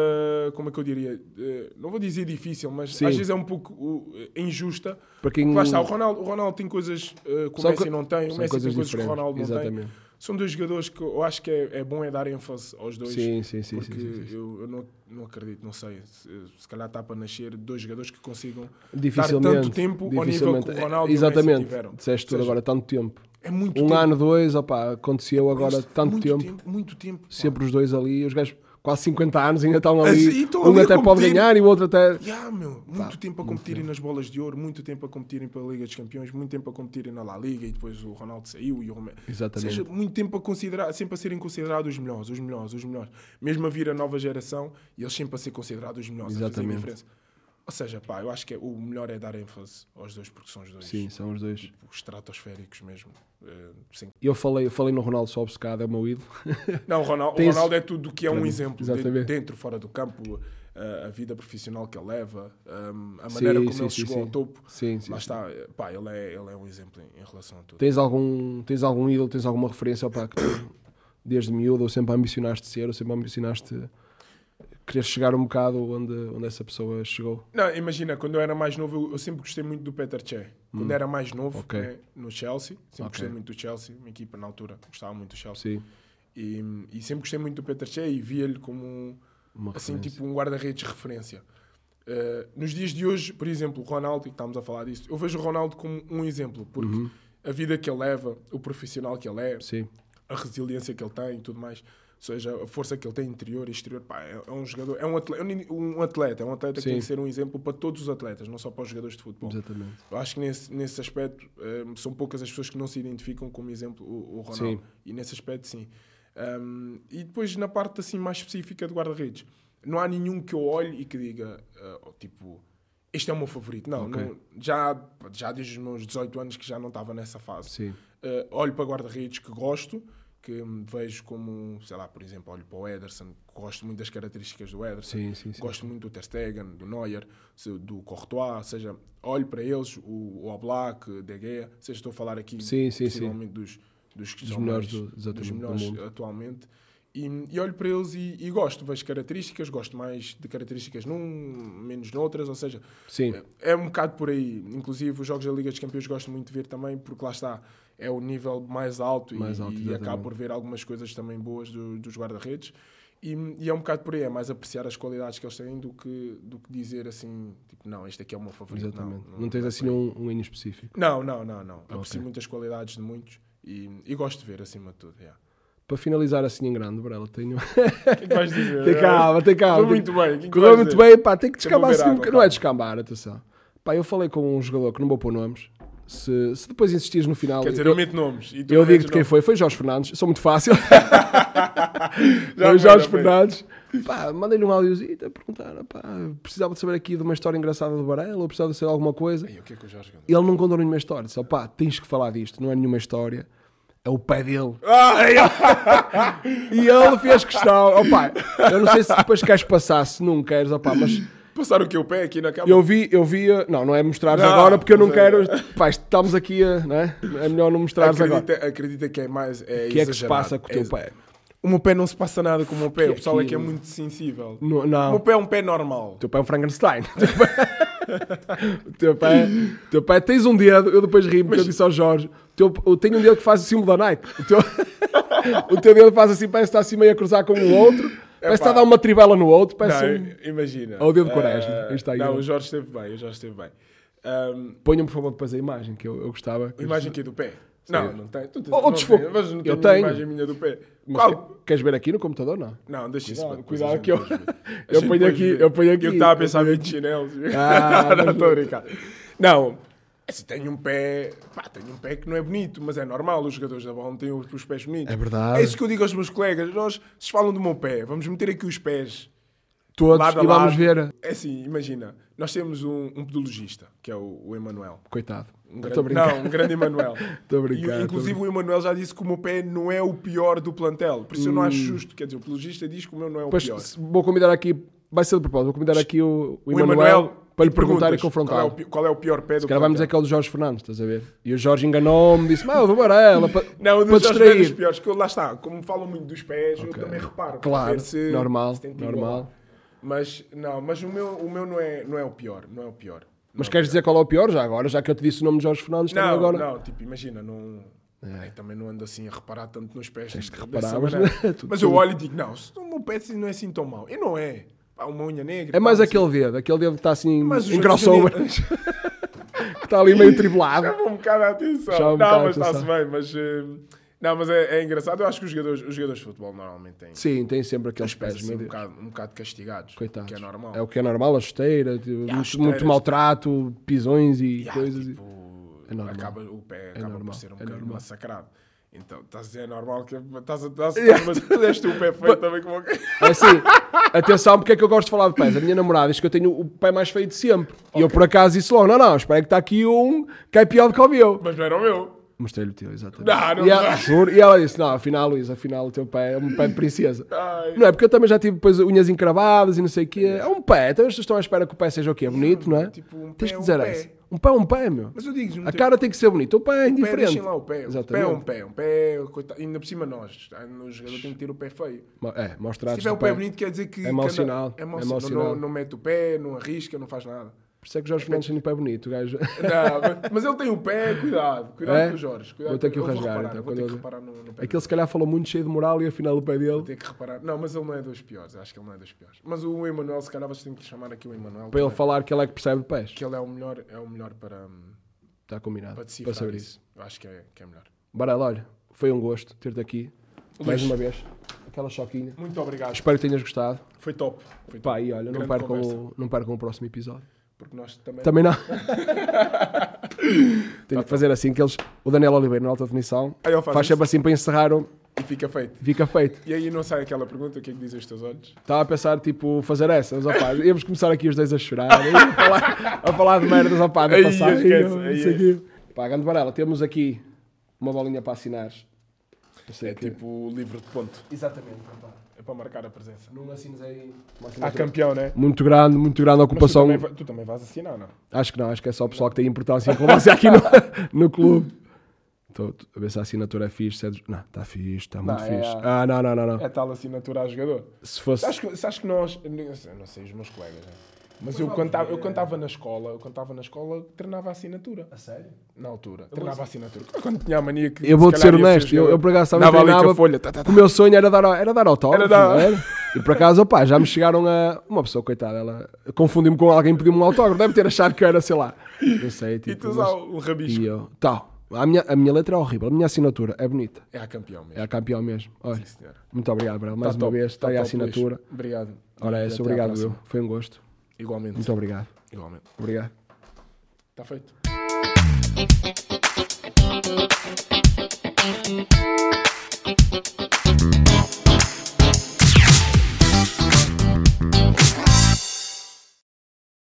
B: como é que eu diria? Eh, não vou dizer difícil, mas
A: Sim.
B: às vezes é um pouco uh, injusta.
A: Para quem-
B: Lá está, o Ronaldo, o Ronaldo tem coisas eh, que o
A: São
B: Messi
A: co-
B: não tem, o
A: são
B: Messi
A: coisas
B: tem coisas que o
A: diferentes,
B: Ronaldo não
A: exatamente.
B: tem. São dois jogadores que eu acho que é, é bom é dar ênfase aos dois.
A: Sim, sim, sim,
B: Porque
A: sim, sim, sim.
B: eu, eu não, não acredito, não sei. Se, se calhar está para nascer dois jogadores que consigam
A: Dificilmente.
B: dar tanto tempo ao nível
A: dificilmente.
B: que o Ronaldo e o Messi
A: Exatamente.
B: tiveram.
A: Disseste
B: Ou
A: tudo
B: seja,
A: agora, tanto tempo.
B: É muito
A: um
B: tempo.
A: ano, dois, opá, aconteceu agora
B: Muito-
A: tanto
B: muito
A: tempo.
B: Muito tempo. pá.
A: Sempre os dois ali, os gajos quase 50 anos ainda estão
B: Ah,
A: ali.
B: sim, estão
A: um
B: ali a
A: até pode
B: competir.
A: ganhar e o outro até.
B: Ya, meu, muito tempo a competirem nas bolas de ouro, muito tempo a competirem pela Liga dos Campeões, muito tempo a competirem na La Liga e depois o Ronaldo saiu e o Romero.
A: Exatamente.
B: Ou seja, muito tempo a considerar, sempre a serem considerados os melhores, os melhores, os melhores. Mesmo a vir a nova geração e eles sempre a ser considerados os melhores, a fazer
A: Exatamente.
B: diferença. Ou seja, pá, eu acho que é- o melhor é dar ênfase aos dois porque são os dois
A: Sim, são os dois.
B: estratosféricos mesmo. Eh, sim.
A: Eu falei, eu falei no Ronaldo só obcecado, é o meu ídolo.
B: Não, o Ronaldo, o
A: Tens-
B: Ronaldo é tudo o que é um exemplo. de-
A: Exatamente.
B: dentro, fora do campo, eh, a, a vida profissional que ele leva, um, a maneira como
A: sim, sim,
B: ele chegou
A: sim.
B: ao topo.
A: Sim, sim,
B: Lá
A: sim.
B: está, eh, pá, ele é, ele é um exemplo em, em relação a tudo.
A: Tens algum, tens algum ídolo, tens alguma referência opá, que tu, desde miúdo ou sempre ambicionaste ser, ou sempre ambicionaste querer chegar um bocado onde, onde essa pessoa chegou?
B: Não, imagina, quando eu era mais novo, eu, eu sempre gostei muito do Peter Che. Quando era mais novo,
A: Hum. Ok.
B: né, no Chelsea, sempre
A: Ok.
B: gostei muito do Chelsea, minha equipa na altura gostava muito do Chelsea.
A: Sim,
B: E, e sempre gostei muito do Peter Che e via-lhe como um-
A: uma
B: assim,
A: referência.
B: tipo um guarda-redes de referência. Eh, nos dias de hoje, por exemplo, o Ronaldo, e estamos a falar disso, eu vejo o Ronaldo como um exemplo, porque
A: Uhum.
B: a vida que ele leva, o profissional que ele é,
A: Sim,
B: a resiliência que ele tem e tudo mais, ou seja, a força que ele tem interior e exterior, pá, é, é um jogador, é um atleta, um atleta, é um atleta que
A: Sim.
B: tem que ser um exemplo para todos os atletas, não só para os jogadores de futebol.
A: exatamente.
B: Eu acho que nesse, nesse aspecto ehm, são poucas as pessoas que não se identificam como exemplo o, o
A: Sim.
B: Ronaldo. E nesse aspecto sim. Ehm, e depois na parte assim mais específica de guarda-redes, não há nenhum que eu olhe e que diga ah, oh, tipo este é o meu favorito. Não,
A: Ok.
B: não- já, já desde os meus 18 anos que já não estava nessa fase.
A: Sim.
B: Eh, olho para guarda-redes que gosto, que me vejo como, sei lá, por exemplo, olho para o Ederson, que gosto muito das características do Ederson,
A: Sim, sim, sim.
B: gosto muito do Ter Stegen, do Neuer, se- do Courtois, ou seja, olho para eles, o, o Oblak, o De Gea, ou seja, estou a falar aqui
A: Sim, sim,
B: possivelmente dos, dos que
A: Dos
B: são
A: melhores
B: mais-
A: do- exatamente,
B: dos
A: do
B: melhores
A: mundo.
B: atualmente. E, e olho para eles e, e gosto, vejo características, gosto mais de características num, menos noutras, ou seja,
A: Sim.
B: é é um bocado por aí. Inclusive, os jogos da Liga dos Campeões gosto muito de ver também, porque lá está, é o nível mais alto,
A: Mais
B: e,
A: alto,
B: e
A: exatamente.
B: acabo por ver algumas coisas também boas do- dos guarda-redes. E, e é um bocado por aí, é mais apreciar as qualidades que eles têm do que, do que dizer assim, tipo, não, este aqui é o meu favorito.
A: Exatamente.
B: Não, tá
A: Não tens assim um, um hino específico.
B: Não, não, não, não. Aprecio
A: Ok.
B: muitas qualidades de muitos e, e gosto de ver acima de tudo. yeah.
A: Para finalizar assim em grande, Brela, tenho.
B: O que é que vais dizer?
A: Tem calma, tem calma.
B: Correu muito bem. O que é que
A: Correu
B: vais
A: muito
B: dizer?
A: bem, pá, tem que
B: Deixa-me
A: descambar assim
B: beber
A: um
B: água,
A: bocadinho. Não é
B: calma.
A: descambar, atenção. Pá, eu falei com um jogador que não vou pôr nomes. Se, se depois insistires no final,
B: Quer dizer, eu meto nomes. E tu
A: Eu
B: metes
A: digo-te quem
B: nomes.
A: foi, foi Jorge Fernandes, sou muito fácil. foi É
B: Já foi,
A: Jorge
B: já foi.
A: Fernandes. Pá, mandei-lhe um áudiozito a perguntar, pá, precisava de saber aqui de uma história engraçada do Varela, ou precisava de saber alguma coisa.
B: Ei, o que é que eu já joguei?
A: Ele não contou nenhuma história, disse, pá, tens que falar disto, não é nenhuma história. É o pé dele. E ele fez questão. Opá, eu não sei se depois queres passar, se não queres, opá, mas
B: Passar o que eu pé aqui na cama?
A: eu vi, eu vi. eh, Não, não é mostrares
B: Não, é
A: agora porque eu não
B: não.
A: quero. Pá, estamos aqui, a, não é? É melhor não mostrares agora.
B: acredita, acredita que é mais. É
A: O que é que se passa com o teu pé?
B: O meu pé não se passa nada com o meu pé.
A: Que
B: o pessoal é que é
A: aquilo?
B: muito sensível.
A: Não,
B: O
A: não.
B: meu
A: o
B: pé é um pé normal.
A: teu pé é um Frankenstein. O teu pai, o teu pai, tens um dedo, eu depois ri porque eu disse ao Jorge, o teu, eu tenho um dedo que faz o símbolo da Nike. O teu, o teu dedo faz assim, parece que está assim meio a cruzar com o outro, parece que está a dar uma trivela no outro, parece
B: Não,
A: um...
B: imagina.
A: Ao dedo de Quaresma,
B: Ah,
A: isto aí, é um-
B: não,
A: não.
B: o Jorge esteve bem, o Jorge esteve bem. Ahm,
A: Ponham, por favor, depois a imagem, que eu, eu gostava.
B: a imagem aqui do pé. Não, não tem. Tu tens,
A: Oh,
B: não
A: desfogo.
B: tem, mas não
A: Eu
B: tenho
A: tenho.
B: imagem minha do pé.
A: Mas
B: Qual?
A: que- queres ver aqui no computador, não?
B: Não, deixa isso.
A: Cuidado,
B: para depois,
A: cuidado
B: a gente
A: que eu-
B: depois vê.
A: eu
B: A gente
A: ponho
B: depois
A: aqui,
B: vê.
A: eu ponho aqui,
B: Eu estava
A: eu
B: a pensar em chinelos.
A: Ah,
B: não,
A: mas-
B: estou a brincar. Não, assim, tenho um pé... Pá, tenho um pé que não é bonito, mas é normal. Os jogadores da bola não têm os os pés bonitos.
A: É verdade.
B: É isso que eu digo aos meus colegas. Nós, vocês falam do meu pé, vamos meter aqui os pés
A: Todos,
B: lado a
A: e vamos
B: lado.
A: ver.
B: É assim, imagina. Nós temos um, um pedologista, que é o, o Emanuel.
A: Coitado,
B: Um
A: estou a
B: grande-
A: brincar.
B: Não, um grande Emanuel.
A: Tô a brincar,
B: E,
A: tô a
B: inclusive o Emanuel já disse que o meu pé não é o pior do plantel. Por isso eu não acho justo. Quer dizer, o pedologista diz que o meu não é o
A: Depois
B: pior.
A: Hum. se- vou convidar aqui, vai ser de propósito, vou convidar aqui o, o, Emanuel, para lhe perguntar e
B: perguntas Qual é
A: confrontar.
B: o, pi- qual é o pior pé do
A: Cara, vai-me
B: plantel?
A: dizer que é o do Jorge Fernandes, estás a ver? E o Jorge enganou-me, disse: Não, eu vou Varela, para,
B: Não, o
A: para
B: dos pés dos
A: distrair.
B: piores, que eu- lá está, como falam muito dos pés, eu também reparo. para
A: Claro,
B: ver se-
A: normal,
B: se tem que
A: normal.
B: igualar. Mas, não, mas o meu, o meu não, é, não é o pior, não é o pior.
A: Mas queres dizer qual é o pior já agora? Já que eu te disse o nome de Jorge Fernandes, também
B: Não,
A: agora. É.
B: não, tipo, imagina, não... Ai, também não ando assim a reparar tanto nos pés Tens
A: que
B: dessa
A: reparar, mas- é
B: maneira.
A: tu-
B: mas
A: tu-
B: eu olho e digo, não, se o meu pé assim não é assim tão mau. E não é. Pá, uma unha negra.
A: É mais
B: pá,
A: aquele dedo, aquele dedo que está assim
B: Mas os
A: em
B: outros
A: crossover,
B: dedos-
A: que está ali meio tribulado.
B: Chama um bocado a atenção.
A: Ah, Chama um
B: não,
A: bocado a
B: mas está-se
A: atenção.
B: bem, mas... eh, Não, mas é, é engraçado. Eu acho que os jogadores, os jogadores de futebol normalmente têm...
A: Sim, tem sempre aqueles
B: Os pés
A: pés, meu
B: assim, um,
A: Deus.
B: bocado, um bocado castigados.
A: Coitados.
B: Que é normal.
A: É o que é normal, a chuteira, tipo, muito,
B: chuteiras.
A: muito maltrato, pisões e
B: Yeah,
A: coisas. e-
B: tipo,
A: É normal.
B: acaba, o pé acaba
A: normal,
B: por ser um
A: é
B: bocado
A: normal.
B: massacrado. Então, estás a dizer, é normal que estás a. Estás, estás, mas tu deste o pé feio também como.
A: É assim, atenção, porque é que eu gosto de falar de pés? A minha namorada diz que eu tenho o pé mais feio de sempre. E eu por acaso disse logo, não, não, espera que está aqui um que é pior do que o meu.
B: Mas não era o meu.
A: Mostrei-lhe o teu, exatamente.
B: Não, não
A: e, ela,
B: dá.
A: juro, e ela disse, não, afinal Luís, afinal o teu pé é um pé de princesa.
B: Ai.
A: Não é, porque eu também já tive depois unhas encravadas e não sei o quê. É um pé, então as pessoas estão à espera que o pé seja o quê? Bonito, não é?
B: Tipo, um
A: Tens
B: pé
A: que
B: é um
A: dizer
B: pé.
A: isso. Um pé é um pé, meu.
B: Mas eu digo, não
A: A
B: tem-
A: cara tem que ser bonita, o pé é
B: o pé,
A: indiferente.
B: deixem lá o pé. O pé é um pé. Um pé, coitado, ainda por cima nós. O jogador tem que ter o pé feio.
A: Mo- É, mostrar
B: Se tiver o pé bonito, quer dizer que.
A: É mau
B: que anda-
A: sinal,
B: É mau
A: é mau
B: sinal.
A: sinal.
B: Não- Não mete o pé, não arrisca, não faz nada.
A: Por isso é que o Jorge Fernandes tem o pé bonito, o gajo.
B: Não, mas- mas ele tem o pé, cuidado. Cuidado
A: É?
B: com o Jorge. Cuidado
A: Vou ter que
B: com-
A: o
B: eu
A: rasgar,
B: reparar,
A: então,
B: Vou ter
A: quando
B: que
A: eu-
B: reparar no, no pé.
A: Aquele se calhar falou muito cheio de moral e afinal o pé dele.
B: Tem que reparar. Não, mas ele não é dos piores. Acho que ele não é dos piores. Mas o Emanuel, se calhar vocês têm que chamar aqui o Emanuel.
A: Para ele
B: também,
A: falar que ele é que percebe de pés.
B: Que ele é o melhor, é o melhor para, hum,
A: Está combinado. Para,
B: para decifrar
A: saber
B: isso.
A: isso.
B: Eu acho que é, que é melhor.
A: Barela, olha, foi um gosto ter-te aqui. Mais
B: Luís.
A: uma vez. Aquela choquinha.
B: Muito obrigado.
A: Espero que tenhas gostado.
B: Foi top. Foi top.
A: Pá, e olha, não
B: Grande
A: percam,
B: conversa.
A: o, não percam o próximo episódio.
B: Porque nós também...
A: Também não. Tenho que fazer assim que eles. O Daniel Oliveira, na alta definição,
B: Tá, Aí ele faz
A: faz,
B: isso.
A: sempre assim para encerrar o.
B: E fica feito.
A: Fica feito.
B: E aí não sai aquela pergunta, o que é que dizem os teus olhos?
A: Estava a pensar, tipo, fazer essa. Mas, opá, íamos começar aqui os dois a chorar, íamos a falar, a falar de merdas, opá, da
B: Aí,
A: passagem.
B: esquece,
A: não
B: aí é.
A: sei quê. Pá, grande Varela, temos aqui uma bolinha para assinares. Não sei
B: É
A: que-
B: tipo o livro de ponto.
A: Exatamente, opá.
B: É para marcar a presença.
A: Não assines aí. uma
B: Há
A: assinatura.
B: campeão, né?
A: Muito grande, muito grande a
B: Mas tu
A: ocupação.
B: também, va- tu também vais assinar, não?
A: Acho que não, acho que é só o pessoal que tem importância e relevância aqui no, no clube. Estou a ver se a assinatura é fixe. se é dos- Não, está fixe, está muito
B: Não, é-
A: fixe. Ah, não, não, não, não.
B: É tal assinatura a jogador.
A: Se fosse.
B: Sabes que, sabes que nós. Eu não sei, os meus colegas, né? Mas eu cantava, eu cantava na escola, eu cantava na escola, treinava a assinatura.
A: A sério?
B: Na altura, treinava a assinatura. Quando tinha a mania que.
A: Eu vou-te ser honesto, eu, eu por acaso também treinava,
B: a folha. tá, tá, tá.
A: o meu sonho era dar, era dar autógrafo,
B: Era dar-
A: não era? E por acaso, opá, já me chegaram a... Uma pessoa, coitada, ela confundiu-me com alguém e pediu-me um autógrafo, deve ter achado que eu era, sei lá, não sei,
B: E
A: tipo...
B: tu
A: mas-
B: usava o rabisco.
A: E eu, tal, a minha, a minha letra é horrível, a minha assinatura é bonita,
B: É a campeão mesmo.
A: é a campeão mesmo, olha,
B: Sim, senhora.
A: muito obrigado, Brão, mais
B: Tá
A: uma
B: top,
A: vez, está aí a
B: top, Luís.
A: assinatura,
B: Obrigado.
A: ora é
B: E
A: isso,
B: até à
A: obrigado
B: próxima.
A: eu, foi um gosto, Então-
B: Igualmente.
A: muito obrigado,
B: Igualmente.
A: obrigado.
B: Está feito.